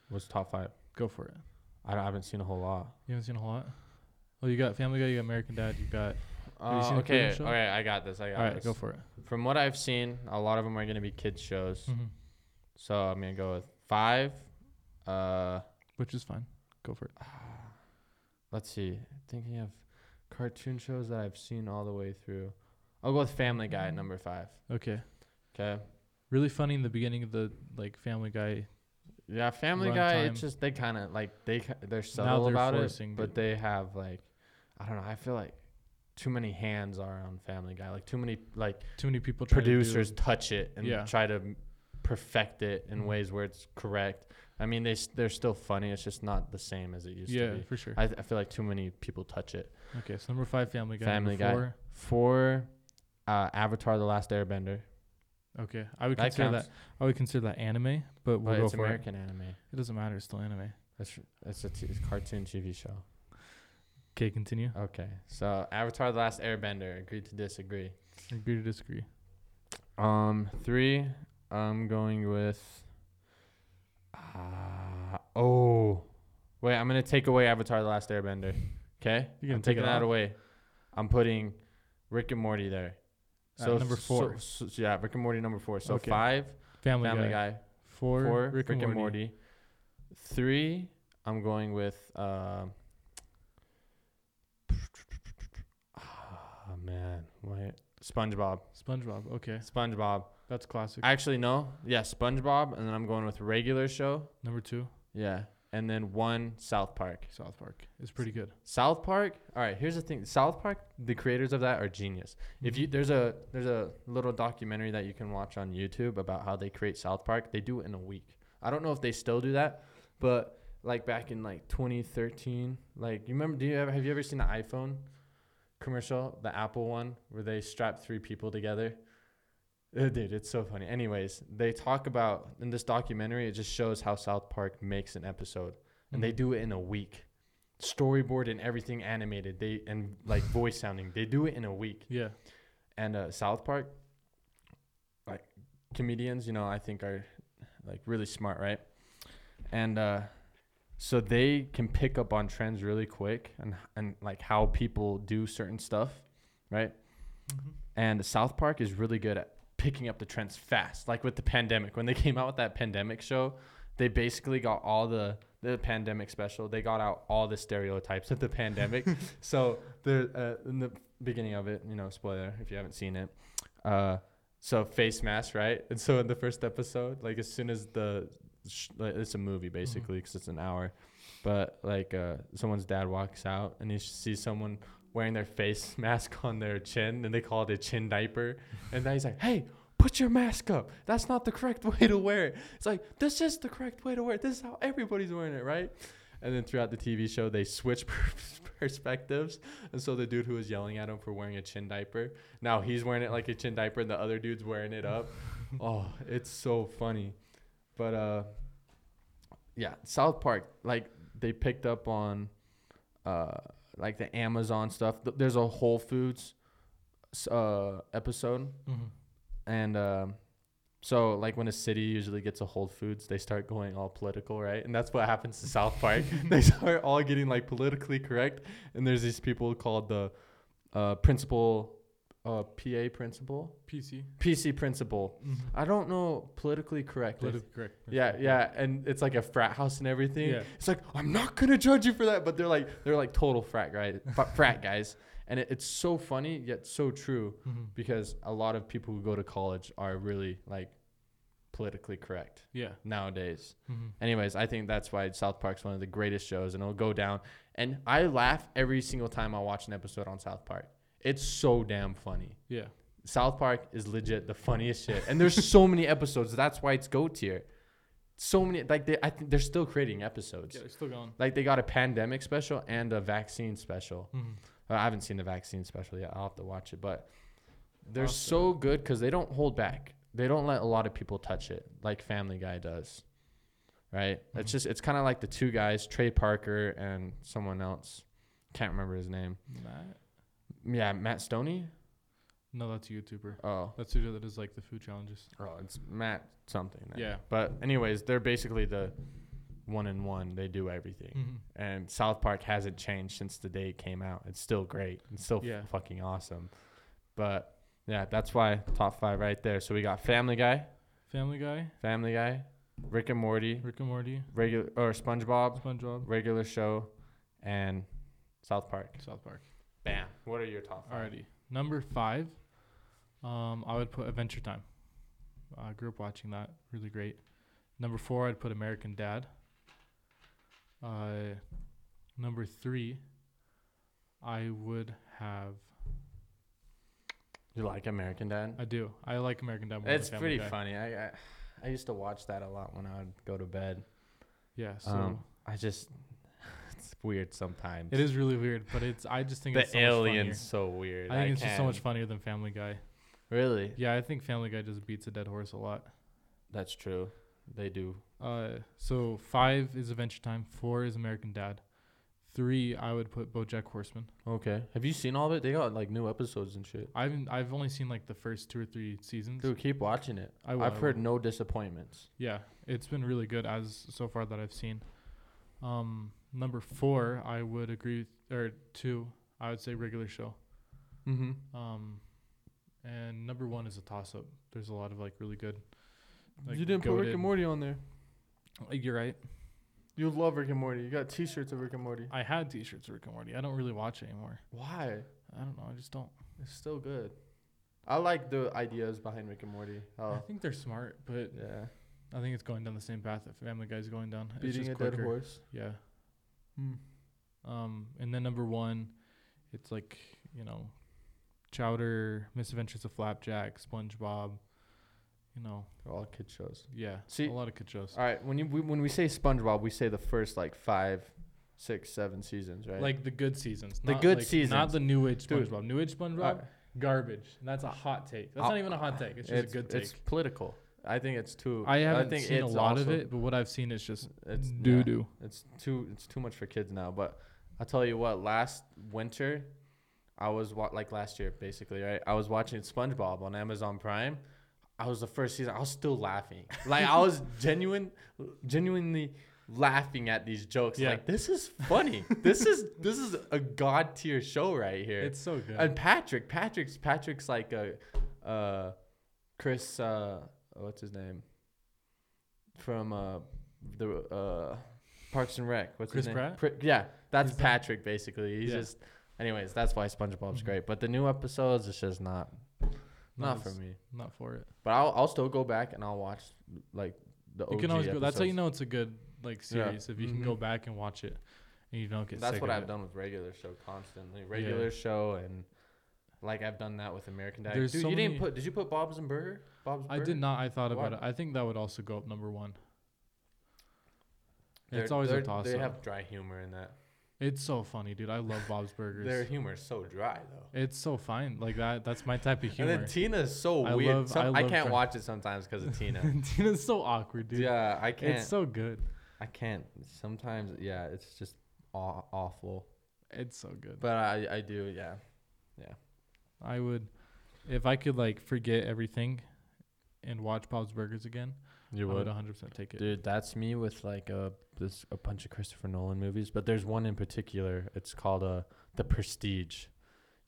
Speaker 2: What's top five?
Speaker 1: Go for it.
Speaker 2: I, don't- I haven't seen a whole lot.
Speaker 1: You haven't seen a whole lot. Well, you got Family Guy, you got American Dad, you got. Have you seen a
Speaker 2: Uh, okay,
Speaker 1: Korean show?
Speaker 2: okay, I got this. I got
Speaker 1: All right,
Speaker 2: this.
Speaker 1: go for it.
Speaker 2: From what I've seen, a lot of them are gonna be kids shows.
Speaker 1: hmm
Speaker 2: So I'm gonna go with five. Uh,
Speaker 1: Which is fine. Go for it.
Speaker 2: let's see. Thinking of cartoon shows that I've seen all the way through. I'll go with Family Guy at number five.
Speaker 1: Okay.
Speaker 2: Okay.
Speaker 1: Really funny in the beginning of the like Family Guy
Speaker 2: Yeah, Family
Speaker 1: Run
Speaker 2: Guy.
Speaker 1: time.
Speaker 2: It's just they kind of like they ki- they're subtle
Speaker 1: they're
Speaker 2: about it,
Speaker 1: forcing
Speaker 2: but
Speaker 1: it.
Speaker 2: they have like I don't know. I feel like too many hands are on Family Guy. Like too many like
Speaker 1: too many people trying to do-
Speaker 2: producers touch it and
Speaker 1: Yeah.
Speaker 2: try to m- perfect it in
Speaker 1: Mhm.
Speaker 2: ways where it's correct. I mean, they s- they're still funny. It's just not the same as it used
Speaker 1: yeah
Speaker 2: to be.
Speaker 1: for sure
Speaker 2: I, th- I feel like too many people touch it.
Speaker 1: okay so number five family guy
Speaker 2: Family
Speaker 1: number
Speaker 2: Guy.
Speaker 1: four,
Speaker 2: For uh, Avatar: The Last Airbender,
Speaker 1: okay i would
Speaker 2: that
Speaker 1: consider
Speaker 2: counts,
Speaker 1: that i would consider that anime but we'll
Speaker 2: but
Speaker 1: go
Speaker 2: it's
Speaker 1: for
Speaker 2: American anime.
Speaker 1: it it doesn't matter it's still anime
Speaker 2: That's that's a t- cartoon TV show.
Speaker 1: okay continue
Speaker 2: Okay, so Avatar: The Last Airbender. Agree to disagree.
Speaker 1: agree to disagree
Speaker 2: Um, three. I'm going with. Uh, oh, wait. I'm gonna take away Avatar: The Last Airbender. Okay,
Speaker 1: You're gonna
Speaker 2: I'm
Speaker 1: take it
Speaker 2: taking that
Speaker 1: off?
Speaker 2: away. I'm putting Rick and Morty there.
Speaker 1: At
Speaker 2: So
Speaker 1: Uh, number
Speaker 2: so-
Speaker 1: four.
Speaker 2: So, so yeah, Rick and Morty number four. So
Speaker 1: Okay.
Speaker 2: five,
Speaker 1: family,
Speaker 2: Family
Speaker 1: guy,
Speaker 2: Guy.
Speaker 1: four,
Speaker 2: Four,
Speaker 1: rick, and, morty.
Speaker 2: Three, I'm going with. Uh, oh man, wait. SpongeBob.
Speaker 1: spongebob okay
Speaker 2: SpongeBob.
Speaker 1: that's classic
Speaker 2: Actually, no. Yeah, SpongeBob, and then I'm going with regular show.
Speaker 1: number two
Speaker 2: Yeah, and then one South Park.
Speaker 1: south park is pretty good
Speaker 2: South Park. All right, here's the thing. South Park, the creators of that are genius. If you there's a there's a little documentary that you can watch on YouTube about how they create South Park. They do it in a week. I don't know if they still do that, but like back in like 2013, like you remember? Do you ever have you ever seen the iPhone commercial, the Apple one, where they strap three people together? Uh, Dude, it's so funny. Anyways, they talk about in this documentary. It just shows how South Park makes an episode, and they
Speaker 1: Mhm.
Speaker 2: do it in a week. Storyboard and everything animated. They and like voice sounding. They do it in a week
Speaker 1: yeah
Speaker 2: and uh, South Park, like comedians, you know, I think are like really smart, right? And uh, so they can pick up on trends really quick and and like how people do certain stuff, right? And South Park is really good at picking up the trends fast. Like with the pandemic, when they came out with that pandemic show, they basically got all the the pandemic special. They got out all the stereotypes of the pandemic. so the uh, in the beginning of it, you know, spoiler if you haven't seen it. Uh, so face mask, right? And so in the first episode, like as soon as the sh- like, it's a movie basically because it's an hour, but like uh, someone's dad walks out and he sees someone wearing their face mask on their chin and they call it a chin diaper, and then he's like, hey. Put your mask up. That's not the correct way to wear it. It's like this is the correct way to wear it. This is how everybody's wearing it, right? And then throughout the TV show, they switch perspectives, and so the dude who was yelling at him for wearing a chin diaper, now he's wearing it like a chin diaper, and the other dude's wearing it up. oh, it's so funny. But uh, yeah, South Park, like they picked up on, uh, like the Amazon stuff. Th- There's a
Speaker 1: Mm-hmm.
Speaker 2: Whole Foods, s- uh, episode,
Speaker 1: hmm
Speaker 2: and um So like when a city usually gets a Whole Foods, they start going all political, right? And that's what happens to South Park. they start all getting like politically correct, and there's these people called the uh, principal, uh, PA principal,
Speaker 1: PC.
Speaker 2: PC principal.
Speaker 1: Mm-hmm.
Speaker 2: I don't know politically correct.
Speaker 1: Politically correct.
Speaker 2: Yeah, yeah, and it's like a frat house and everything.
Speaker 1: Yeah.
Speaker 2: It's like I'm not gonna judge you for that, but they're like they're like total frat guys, frat guys, and it, it's so funny yet so true
Speaker 1: Mm-hmm.
Speaker 2: because a lot of people who go to college are really like politically correct
Speaker 1: Yeah.
Speaker 2: nowadays.
Speaker 1: Mm-hmm.
Speaker 2: Anyways, I think that's why South Park's one of the greatest shows and it'll go down. And I laugh every single time I watch an episode on South Park. It's so damn funny.
Speaker 1: Yeah.
Speaker 2: South Park is legit the funniest shit. And there's so many episodes. That's why it's go tier. So many like they I think they're still creating episodes.
Speaker 1: Yeah, they're still going.
Speaker 2: Like they got a pandemic special and a vaccine special.
Speaker 1: Mm-hmm.
Speaker 2: Uh, I haven't seen the vaccine special yet. I'll have to watch it, but they're
Speaker 1: Awesome.
Speaker 2: so good because they don't hold back. They don't let a lot of people touch it like Family Guy does, right? It's
Speaker 1: Mhm.
Speaker 2: just it's kind of like the two guys, Trey Parker and someone else. Can't remember his name.
Speaker 1: Matt?
Speaker 2: Yeah, Matt Stoney.
Speaker 1: No, that's a YouTuber.
Speaker 2: Oh,
Speaker 1: That's who that is like the food challenges.
Speaker 2: oh, it's Matt something. I
Speaker 1: Yeah.
Speaker 2: But anyways, they're basically the one and one. They do everything.
Speaker 1: Mm-hmm.
Speaker 2: And South Park hasn't changed since the day it came out. It's still great. It's still f-
Speaker 1: Yeah.
Speaker 2: fucking awesome. But yeah, that's why top five right there. So we got Family Guy,
Speaker 1: Family Guy,
Speaker 2: Family Guy, Rick and Morty,
Speaker 1: Rick and Morty,
Speaker 2: regular or SpongeBob,
Speaker 1: SpongeBob,
Speaker 2: regular show, and South Park.
Speaker 1: South Park.
Speaker 2: Bam. What are your top five?
Speaker 1: Alrighty. Number five, um, I would put Adventure Time. I grew up watching that. Really great. Number four, I'd put American Dad. Uh, number three, I would have.
Speaker 2: You like American Dad?
Speaker 1: I do. I like American Dad. More than
Speaker 2: it's
Speaker 1: Family
Speaker 2: pretty
Speaker 1: Guy.
Speaker 2: funny. I, I I used to watch that a lot when I would go to bed.
Speaker 1: Yeah. So
Speaker 2: Um, I just it's weird sometimes.
Speaker 1: it is really weird, but it's. I just think
Speaker 2: the
Speaker 1: it's so
Speaker 2: alien's
Speaker 1: aliens.
Speaker 2: so weird.
Speaker 1: I think it's just so much
Speaker 2: can't-
Speaker 1: funnier than Family Guy.
Speaker 2: Really?
Speaker 1: Yeah, I think Family Guy just beats a dead horse a lot.
Speaker 2: That's true. They do.
Speaker 1: Uh, so five is Adventure Time. Four is American Dad. Three, I would put BoJack Horseman.
Speaker 2: Okay. Have you seen all of it? They got like new episodes and shit.
Speaker 1: I've I've only seen like the first two or three seasons.
Speaker 2: Dude, keep watching it.
Speaker 1: I will,
Speaker 2: I've
Speaker 1: I
Speaker 2: heard
Speaker 1: will.
Speaker 2: no disappointments.
Speaker 1: Yeah, it's been really good as so far that I've seen. Um, number four, I would agree. With, or two, I would say regular show.
Speaker 2: Mm-hmm.
Speaker 1: Um, and number one is a toss up. There's a lot of like really good. like,
Speaker 2: you didn't put Rick
Speaker 1: goated-
Speaker 2: and Morty on there.
Speaker 1: Uh, You're right.
Speaker 2: You love Rick and Morty. You got T-shirts of Rick and Morty.
Speaker 1: I had T-shirts of Rick and Morty. I don't really watch it anymore.
Speaker 2: Why?
Speaker 1: I don't know. I just don't.
Speaker 2: It's still good. I like the ideas behind Rick and Morty.
Speaker 1: I
Speaker 2: Oh,
Speaker 1: think they're smart, but
Speaker 2: yeah.
Speaker 1: I think it's going down the same path that Family Guy's going down. it's
Speaker 2: Beating
Speaker 1: just
Speaker 2: a
Speaker 1: quicker.
Speaker 2: dead horse. Hmm.
Speaker 1: Yeah. Um, and then number one, it's like you know, Chowder, Misadventures of Flapjack, SpongeBob. You know,
Speaker 2: They're all kid shows.
Speaker 1: yeah,
Speaker 2: See-
Speaker 1: a lot of good shows.
Speaker 2: All right. When you we, when we say SpongeBob, we say the first like five, six, seven seasons, right?
Speaker 1: Like the good seasons,
Speaker 2: The
Speaker 1: not
Speaker 2: good
Speaker 1: like-
Speaker 2: seasons.
Speaker 1: not the new age
Speaker 2: Dude.
Speaker 1: SpongeBob. New age SpongeBob,
Speaker 2: All right.
Speaker 1: garbage. And that's a hot take. That's
Speaker 2: I'll-
Speaker 1: not even a hot take. It's just a good take.
Speaker 2: It's political. I think it's too.
Speaker 1: I haven't
Speaker 2: think
Speaker 1: seen a
Speaker 2: it's
Speaker 1: lot of
Speaker 2: also-
Speaker 1: it, but what I've seen is just
Speaker 2: It's
Speaker 1: doo doo.
Speaker 2: yeah, it's too. It's too much for kids now. But I'll tell you what. Last winter, I was wa- like last year, basically. Right. I was watching SpongeBob on Amazon Prime. I was the first season. I was still laughing. Like I was genuine, genuinely laughing at these jokes.
Speaker 1: Yeah.
Speaker 2: Like this is funny. this is this is a god tier show right here.
Speaker 1: It's so good.
Speaker 2: And Patrick, Patrick's Patrick's like a, uh, Chris, uh, what's his name? From uh, the uh, Parks and Rec. What's
Speaker 1: Chris
Speaker 2: his name?
Speaker 1: Pratt?
Speaker 2: Pri- yeah, that's
Speaker 1: Is that-
Speaker 2: Patrick basically. He's
Speaker 1: Yeah.
Speaker 2: just, anyways, that's why SpongeBob's
Speaker 1: Mhm.
Speaker 2: great. But the new episodes, it's just not, not,
Speaker 1: Not
Speaker 2: for
Speaker 1: as-
Speaker 2: me.
Speaker 1: not for it.
Speaker 2: But I'll, I'll still go back and I'll watch like the.
Speaker 1: You can
Speaker 2: OG
Speaker 1: always go. That's how you
Speaker 2: episodes.
Speaker 1: know it's a good like
Speaker 2: Yeah.
Speaker 1: series if you can go
Speaker 2: Mhm.
Speaker 1: back and watch it, and you don't get.
Speaker 2: That's
Speaker 1: sick
Speaker 2: what
Speaker 1: of
Speaker 2: I've
Speaker 1: it.
Speaker 2: done with regular show constantly. Regular show and like I've done that with American Dad.
Speaker 1: There's
Speaker 2: Dude,
Speaker 1: so
Speaker 2: you didn't
Speaker 1: many-
Speaker 2: put did you put Bob's and Burger? Bob's
Speaker 1: I
Speaker 2: Burger?
Speaker 1: did not. I thought about
Speaker 2: Why?
Speaker 1: it. I think that would also go up number one.
Speaker 2: They're-
Speaker 1: it's always a
Speaker 2: they're-
Speaker 1: toss
Speaker 2: They
Speaker 1: up.
Speaker 2: have dry humor in that.
Speaker 1: it's so funny, dude. I love Bob's
Speaker 2: Their
Speaker 1: Burgers.
Speaker 2: humor is so dry though.
Speaker 1: it's so fine. Like that. That's my type of
Speaker 2: And
Speaker 1: humor.
Speaker 2: then Tina's so
Speaker 1: I
Speaker 2: weird.
Speaker 1: love-
Speaker 2: Some-
Speaker 1: I
Speaker 2: I,
Speaker 1: love
Speaker 2: can't
Speaker 1: dry-
Speaker 2: watch it sometimes because of Tina.
Speaker 1: Tina's so awkward, dude.
Speaker 2: yeah, I can't.
Speaker 1: it's so good.
Speaker 2: I can't. Sometimes, yeah, it's just aw- awful.
Speaker 1: It's so good.
Speaker 2: But I, I do, yeah.
Speaker 1: I would, if I could like forget everything, and watch Bob's Burgers again,
Speaker 3: You
Speaker 2: Um,
Speaker 1: I would
Speaker 3: would,
Speaker 1: 100% take it.
Speaker 2: Dude, that's me with like a this a bunch of Christopher Nolan movies, but there's one in particular. It's called uh The Prestige.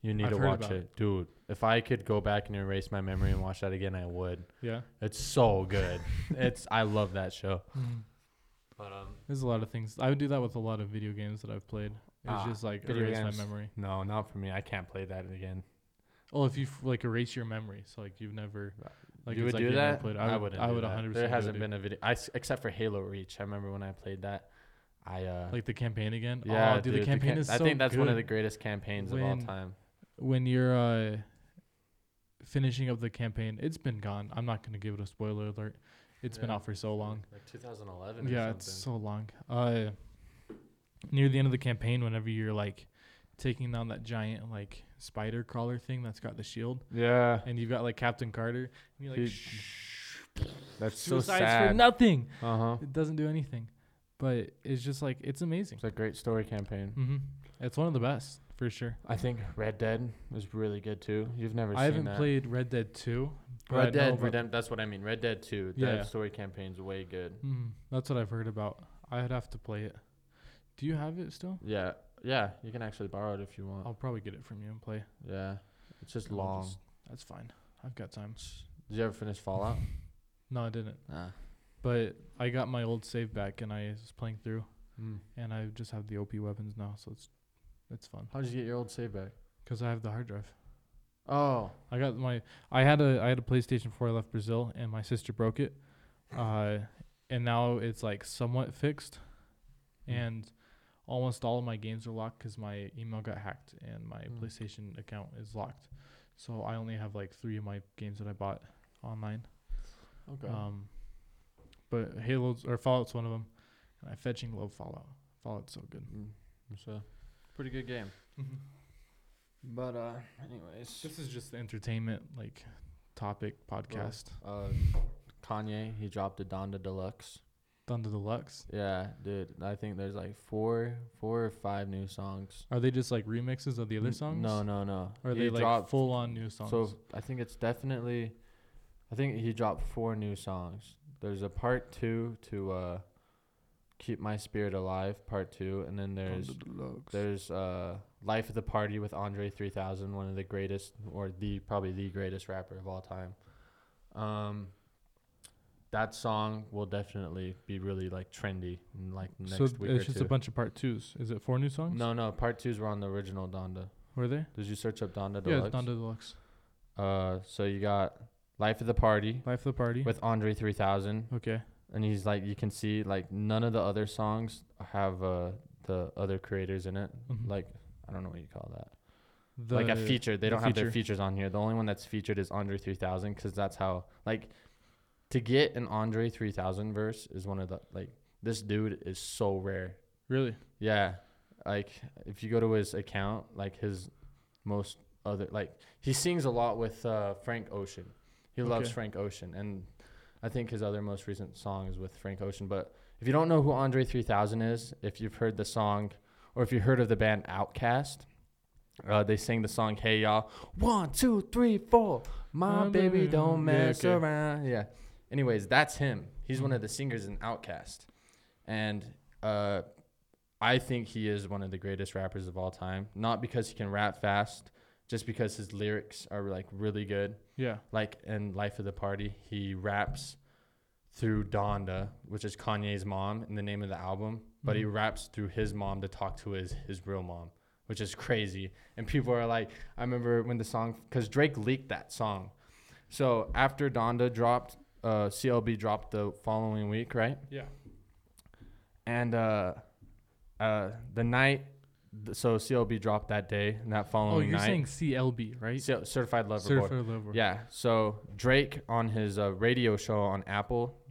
Speaker 2: You need
Speaker 1: I've
Speaker 2: to
Speaker 1: heard
Speaker 2: watch
Speaker 1: about
Speaker 2: it. dude. If I could go back and erase my memory and watch that again, I would.
Speaker 1: Yeah,
Speaker 2: It's so good. it's I love that show. But um,
Speaker 1: there's a lot of things. I would do that with a lot of video games that I've played. It's
Speaker 2: Ah,
Speaker 1: just like
Speaker 2: video
Speaker 1: erase
Speaker 2: games.
Speaker 1: my memory.
Speaker 2: no, not for me. I can't play that again.
Speaker 1: Oh, if you f- like erase your memory, so like you've never like
Speaker 2: you
Speaker 1: it's
Speaker 2: would
Speaker 1: like
Speaker 2: do
Speaker 1: you've never
Speaker 2: that?
Speaker 1: Played.
Speaker 2: I,
Speaker 1: I would.
Speaker 2: wouldn't.
Speaker 1: I
Speaker 2: do
Speaker 1: would
Speaker 2: that.
Speaker 1: 100.
Speaker 2: There hasn't been a video, I s except for Halo Reach. I remember when I played that. I uh,
Speaker 1: like the campaign again.
Speaker 2: yeah,
Speaker 1: oh, dude, the
Speaker 2: cam-
Speaker 1: campaign is.
Speaker 2: I
Speaker 1: so
Speaker 2: think that's one of the
Speaker 1: good.
Speaker 2: greatest campaigns of all
Speaker 1: When-
Speaker 2: time.
Speaker 1: when you're uh, finishing up the campaign. It's been gone. I'm not gonna give it a spoiler alert. It's been
Speaker 2: Yeah.
Speaker 1: out for so long.
Speaker 2: Like 2011.
Speaker 1: yeah it's so long uh near the end of the campaign whenever you're like taking down that giant like spider crawler thing that's got the shield
Speaker 2: yeah,
Speaker 1: and you've got like captain carter and you're like
Speaker 2: Dude,
Speaker 1: "Shh,
Speaker 2: that's
Speaker 1: suicides for nothing
Speaker 2: uh huh.
Speaker 1: it doesn't do anything but it's just like it's amazing
Speaker 2: It's a great story campaign.
Speaker 1: hmm it's one of the best for sure
Speaker 2: I think Red Dead is really good too. You've never
Speaker 1: i
Speaker 2: seen
Speaker 1: haven't
Speaker 2: that.
Speaker 1: played red dead 2 but I know
Speaker 2: Red Dead
Speaker 1: about-
Speaker 2: Redemp- That's what I mean. Red Dead 2.
Speaker 1: Yeah,
Speaker 2: that
Speaker 1: yeah.
Speaker 2: story campaign's way good.
Speaker 1: Mhm, that's what i've heard about i'd have to play it do you have it still
Speaker 2: Yeah, yeah. You can actually borrow it if you want.
Speaker 1: i'll probably get it from you and play
Speaker 2: Yeah, it's just
Speaker 1: Oh. I'll
Speaker 2: long.
Speaker 1: just- that's fine i've got time
Speaker 2: Did you ever finish Fallout?
Speaker 1: no i didn't
Speaker 2: Nah.
Speaker 1: But I got my old save back and I was playing through and I just have the OP weapons now, so it's it's fun.
Speaker 2: How did you get your old save back?
Speaker 1: Cuz I have the hard drive.
Speaker 2: Oh,
Speaker 1: I got my I had a I had a PlayStation before I left Brazil and my sister broke it. Uh and now it's like somewhat fixed
Speaker 2: Hmm.
Speaker 1: and almost all of my games are locked cuz my email got hacked and my
Speaker 2: Hmm.
Speaker 1: PlayStation account is locked. So I only have like 3 of my games that I bought online.
Speaker 2: okay.
Speaker 1: Um, but Halo's or Fallout's one of them, and I fetching love Fallout. Fallout's so good.
Speaker 2: Mm, it's a pretty good game. Mm-hmm. But uh, anyways,
Speaker 1: This is just the entertainment like topic podcast.
Speaker 2: uh, Kanye he dropped the Donda Deluxe.
Speaker 1: Thunder Deluxe.
Speaker 2: Yeah, dude. I think there's like four, four or five new songs.
Speaker 1: Are they just like remixes of the other
Speaker 2: N-
Speaker 1: songs?
Speaker 2: No, no, no.
Speaker 1: Or are
Speaker 2: He
Speaker 1: they like
Speaker 2: dropped-
Speaker 1: full on new songs?
Speaker 2: So I think it's definitely. I think he dropped four new songs. There's a part two to uh, keep my spirit alive, part two, and then there's There's uh, Life of the Party with Andre 3000, one of the greatest, or the probably the greatest rapper of all time. Um, that song will definitely be really like trendy in like next
Speaker 1: So
Speaker 2: week
Speaker 1: it's
Speaker 2: or
Speaker 1: just
Speaker 2: two.
Speaker 1: a bunch of part twos. Is it four new songs?
Speaker 2: no, no, part twos were on the original Donda.
Speaker 1: Were they?
Speaker 2: Did you search up Donda
Speaker 1: Yeah,
Speaker 2: Deluxe?
Speaker 1: it's Thunder Deluxe.
Speaker 2: Uh, so you got Life of the Party
Speaker 1: Life of the Party.
Speaker 2: with Andre 3000,
Speaker 1: okay.
Speaker 2: and he's like, you can see like none of the other songs have uh the other creators in it.
Speaker 1: Mhm.
Speaker 2: Like I don't know what you call that.
Speaker 1: The,
Speaker 2: like a feature. They
Speaker 1: the
Speaker 2: don't have their
Speaker 1: feature.
Speaker 2: features on here. The only one that's featured is Andre 3000 because that's how like to get an Andre 3000 verse is one of the like this dude is so rare.
Speaker 1: Really?
Speaker 2: Yeah, like if you go to his account, like his most other like he sings a lot with uh, Frank Ocean. He loves
Speaker 1: Okay.
Speaker 2: Frank Ocean, and I think his other most recent song is with Frank Ocean. But if you don't know who Andre 3000 is, if you've heard the song or if you heard of the band Outkast, uh, they sing the song "Hey Y'all," one, two, three, four. My
Speaker 1: My
Speaker 2: baby
Speaker 1: baby
Speaker 2: don't
Speaker 1: don't- yeah,
Speaker 2: mess
Speaker 1: okay.
Speaker 2: around. Yeah. Anyways, that's him. He's one
Speaker 1: Mhm.
Speaker 2: of the singers in Outkast, and uh, I think he is one of the greatest rappers of all time. Not because he can rap fast, just because his lyrics are like really good.
Speaker 1: Yeah.
Speaker 2: Like in Life of the Party, he raps through Donda, which is Kanye's mom in the name of the album, but he
Speaker 1: Mhm.
Speaker 2: raps through his mom to talk to his his real mom, which is crazy. And people are like, I remember when the song cuz Drake leaked that song. So after Donda dropped, uh, CLB dropped the following week, right?
Speaker 1: Yeah.
Speaker 2: And uh, uh, the night, th- so CLB dropped that day, and that
Speaker 1: Oh,
Speaker 2: following
Speaker 1: you're saying
Speaker 2: night,
Speaker 1: CLB, right?
Speaker 2: C- Certified Lover Boy.
Speaker 1: Certified Lover.
Speaker 2: Yeah. So Drake on his uh, radio show on Apple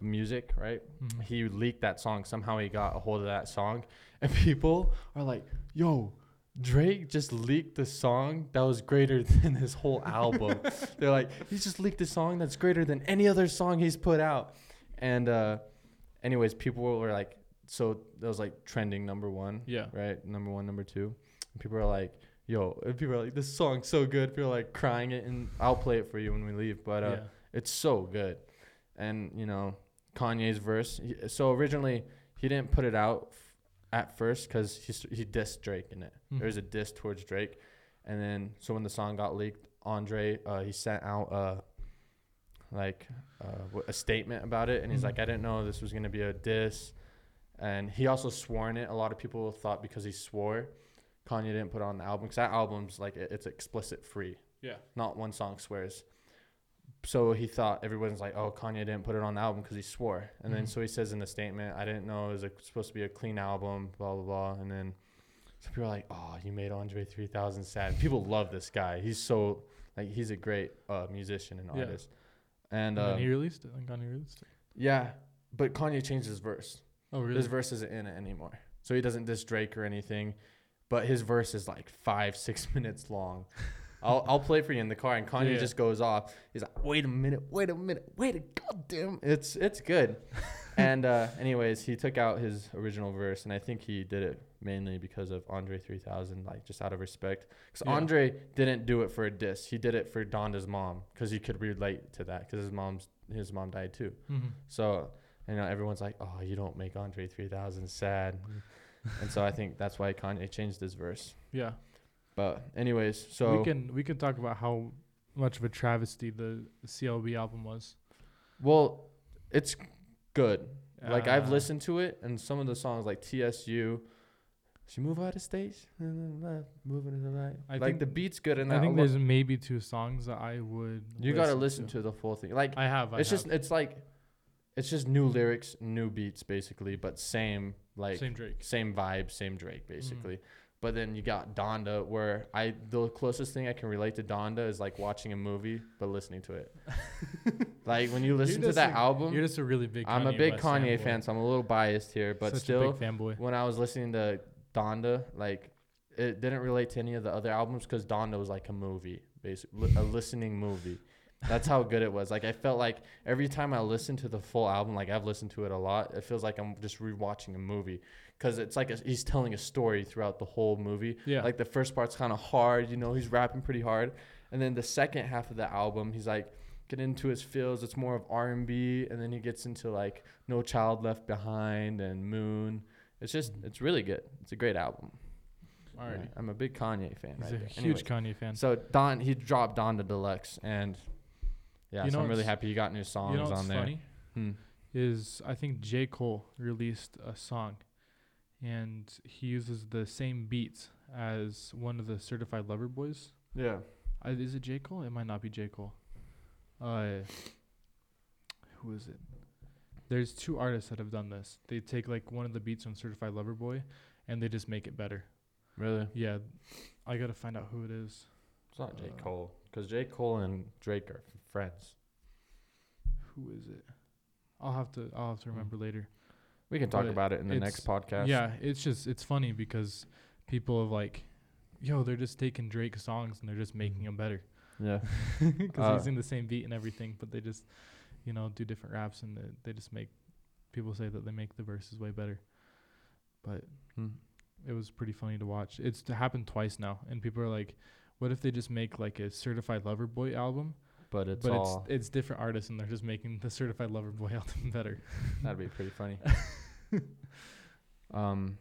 Speaker 2: Music, right?
Speaker 1: Mhm.
Speaker 2: He leaked that song. Somehow he got a hold of that song, and people are like, "Yo." Drake just leaked the song that was greater than his whole album. They're like, he just leaked a song that's greater than any other song he's put out. And uh, anyways, people were like, so that was like trending number one
Speaker 1: Yeah.
Speaker 2: right? Number one, number two. And people are like, yo, and people are like, this song's so good. People are like crying it, and I'll play it for you when we leave. But uh,
Speaker 1: yeah.
Speaker 2: It's so good. And, you know, Kanye's verse. he- So originally, he didn't put it out f- at first because he, s- he dissed Drake in it. There was a diss towards Drake. And then, so when the song got leaked, Andre, uh, he sent out uh, like uh, wh- a statement about it. And he's
Speaker 1: Mhm.
Speaker 2: like, I didn't know this was going to be a diss. And he also swore in it. A lot of people thought because he swore, Kanye didn't put it on the album. Because that album's like, it- it's explicit free
Speaker 1: Yeah.
Speaker 2: not one song swears. So he thought everyone's like, oh, Kanye didn't put it on the album because he swore. And then
Speaker 1: Mhm.
Speaker 2: so he says in the statement, I didn't know it was a, supposed to be a clean album, blah, blah, blah. And then some people are like, oh, you made Andre 3000 sad. People love this guy. He's so, like, he's a great uh, musician and
Speaker 1: Yeah.
Speaker 2: artist.
Speaker 1: And
Speaker 2: And,
Speaker 1: then
Speaker 2: uh,
Speaker 1: he released it. And Kanye released it.
Speaker 2: yeah, but Kanye changed his verse.
Speaker 1: Oh really?
Speaker 2: His verse isn't in it anymore. So he doesn't diss Drake or anything, but his verse is like five, six minutes long. I'll, I'll play for you in the car, and Kanye
Speaker 1: Yeah.
Speaker 2: just goes off. He's like, "Wait a minute, wait a minute, wait a goddamn!" It's it's good. and uh, anyways, he took out his original verse, and I think he did it mainly because of Andre 3000, like just out of respect. Because
Speaker 1: Yeah.
Speaker 2: Andre didn't do it for a diss; he did it for Donda's mom, because he could relate to that, because his mom's his mom died too.
Speaker 1: Mhm.
Speaker 2: So, you know, everyone's like, oh, you don't make Andre 3000 sad. and so I think that's why Kanye changed his verse.
Speaker 1: Yeah.
Speaker 2: But, anyways, so.
Speaker 1: we can we can talk about how much of a travesty the CLB album was.
Speaker 2: well, it's good. like, I've
Speaker 1: Uh,
Speaker 2: listened to it, and some of the songs, like TSU. She move out of states, moving to the right.
Speaker 1: I
Speaker 2: like
Speaker 1: think-
Speaker 2: the beat's good, and
Speaker 1: I think there's maybe two songs that I would.
Speaker 2: you gotta listen to the full thing. Like
Speaker 1: I have. I
Speaker 2: it's
Speaker 1: have.
Speaker 2: just it's like it's just new lyrics, new beats, basically, but same like
Speaker 1: same Drake.
Speaker 2: same vibe, same Drake basically. But then you got Donda, where I the closest thing I can relate to Donda is like watching a movie but listening to it. like when you listen to
Speaker 1: just
Speaker 2: that
Speaker 1: a- You're
Speaker 2: album,
Speaker 1: just a really big.
Speaker 2: I'm a
Speaker 1: Kanye
Speaker 2: big
Speaker 1: West
Speaker 2: Kanye
Speaker 1: fanboy.
Speaker 2: fan, so I'm a little biased here. But
Speaker 1: Such a
Speaker 2: still,
Speaker 1: big fanboy.
Speaker 2: when I was listening to Donda, like it didn't relate to any of the other albums because Donda was like a movie, basically a listening movie. That's how good it was. Like I felt like every time I listened to the full album, like I've listened to it a lot, it feels like I'm just rewatching a movie because it's like a, he's telling a story throughout the whole movie.
Speaker 1: Yeah.
Speaker 2: Like the first part's kind of hard, you know, he's rapping pretty hard, and then the second half of the album, he's like get into his feels. It's more of R and B, and then he gets into like No Child Left Behind and Moon. It's just, it's really good. It's a great album.
Speaker 1: Mm-hmm. Alrighty.
Speaker 2: Yeah, I'm a big Kanye fan.
Speaker 1: He's
Speaker 2: right
Speaker 1: a
Speaker 2: there.
Speaker 1: huge
Speaker 2: Anyways,
Speaker 1: Kanye fan.
Speaker 2: So Don, he dropped Don to Deluxe, and yeah,
Speaker 1: You
Speaker 2: so
Speaker 1: know
Speaker 2: I'm really
Speaker 1: what's-
Speaker 2: happy you got new songs
Speaker 1: you know what's
Speaker 2: on there.
Speaker 1: funny
Speaker 2: Hmm.
Speaker 1: is I think J Cole released a song, and he uses the same beats as one of the Certified Lover Boys.
Speaker 2: Yeah.
Speaker 1: I, is it J Cole? It might not be J Cole. Uh, who is it? There's two artists that have done this. They take like one of the beats from Certified Lover Boy, and they just make it better.
Speaker 2: Really?
Speaker 1: Yeah, I gotta find out who it is.
Speaker 2: It's not J
Speaker 1: Uh,
Speaker 2: Cole, because J Cole and Drake are f- friends.
Speaker 1: Who is it? I'll have to. I'll have to
Speaker 2: Mm.
Speaker 1: remember later.
Speaker 2: We can talk
Speaker 1: But
Speaker 2: about it in the next podcast.
Speaker 1: Yeah, it's just it's funny because people have like, yo, they're just taking Drake songs and they're just making them better
Speaker 2: Yeah.
Speaker 1: because
Speaker 2: Uh,
Speaker 1: using the same beat and everything, but they just, you know, do different raps and they- they just make people say that they make the verses way better. But
Speaker 2: Hmm.
Speaker 1: it was pretty funny to watch. It's t- happened twice now, and people are like, what if they just make like a Certified Lover Boy album,
Speaker 2: But it's
Speaker 1: but
Speaker 2: all
Speaker 1: it's it's different artists and they're just making the Certified Lover Boy album better.
Speaker 2: that'd be pretty funny. um.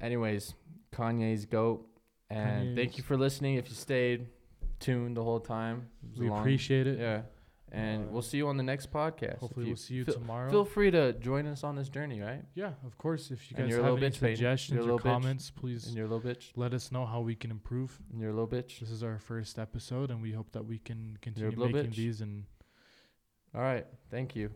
Speaker 2: Anyways, Kanye's goat, and thank you
Speaker 1: Kanye's-
Speaker 2: for listening. If you stayed tuned the whole time, it was a
Speaker 1: we
Speaker 2: long-
Speaker 1: appreciate it.
Speaker 2: Yeah. And
Speaker 1: Uh,
Speaker 2: we'll see you on the next podcast. If
Speaker 1: Hopefully, we'll see you
Speaker 2: feel,
Speaker 1: tomorrow.
Speaker 2: Feel free to join us on this journey, right?
Speaker 1: Yeah, of course. If you
Speaker 2: And
Speaker 1: guys
Speaker 2: you're a
Speaker 1: have
Speaker 2: little
Speaker 1: any
Speaker 2: bitch, Peyton. You're a
Speaker 1: suggestions
Speaker 2: little
Speaker 1: or
Speaker 2: bitch.
Speaker 1: comments,
Speaker 2: And
Speaker 1: please
Speaker 2: you're a little bitch.
Speaker 1: let us know how we can improve.
Speaker 2: And you're a little bitch.
Speaker 1: This is our first episode, and we hope that we can continue
Speaker 2: little
Speaker 1: making
Speaker 2: bitch.
Speaker 1: these. And
Speaker 2: All right. Thank you.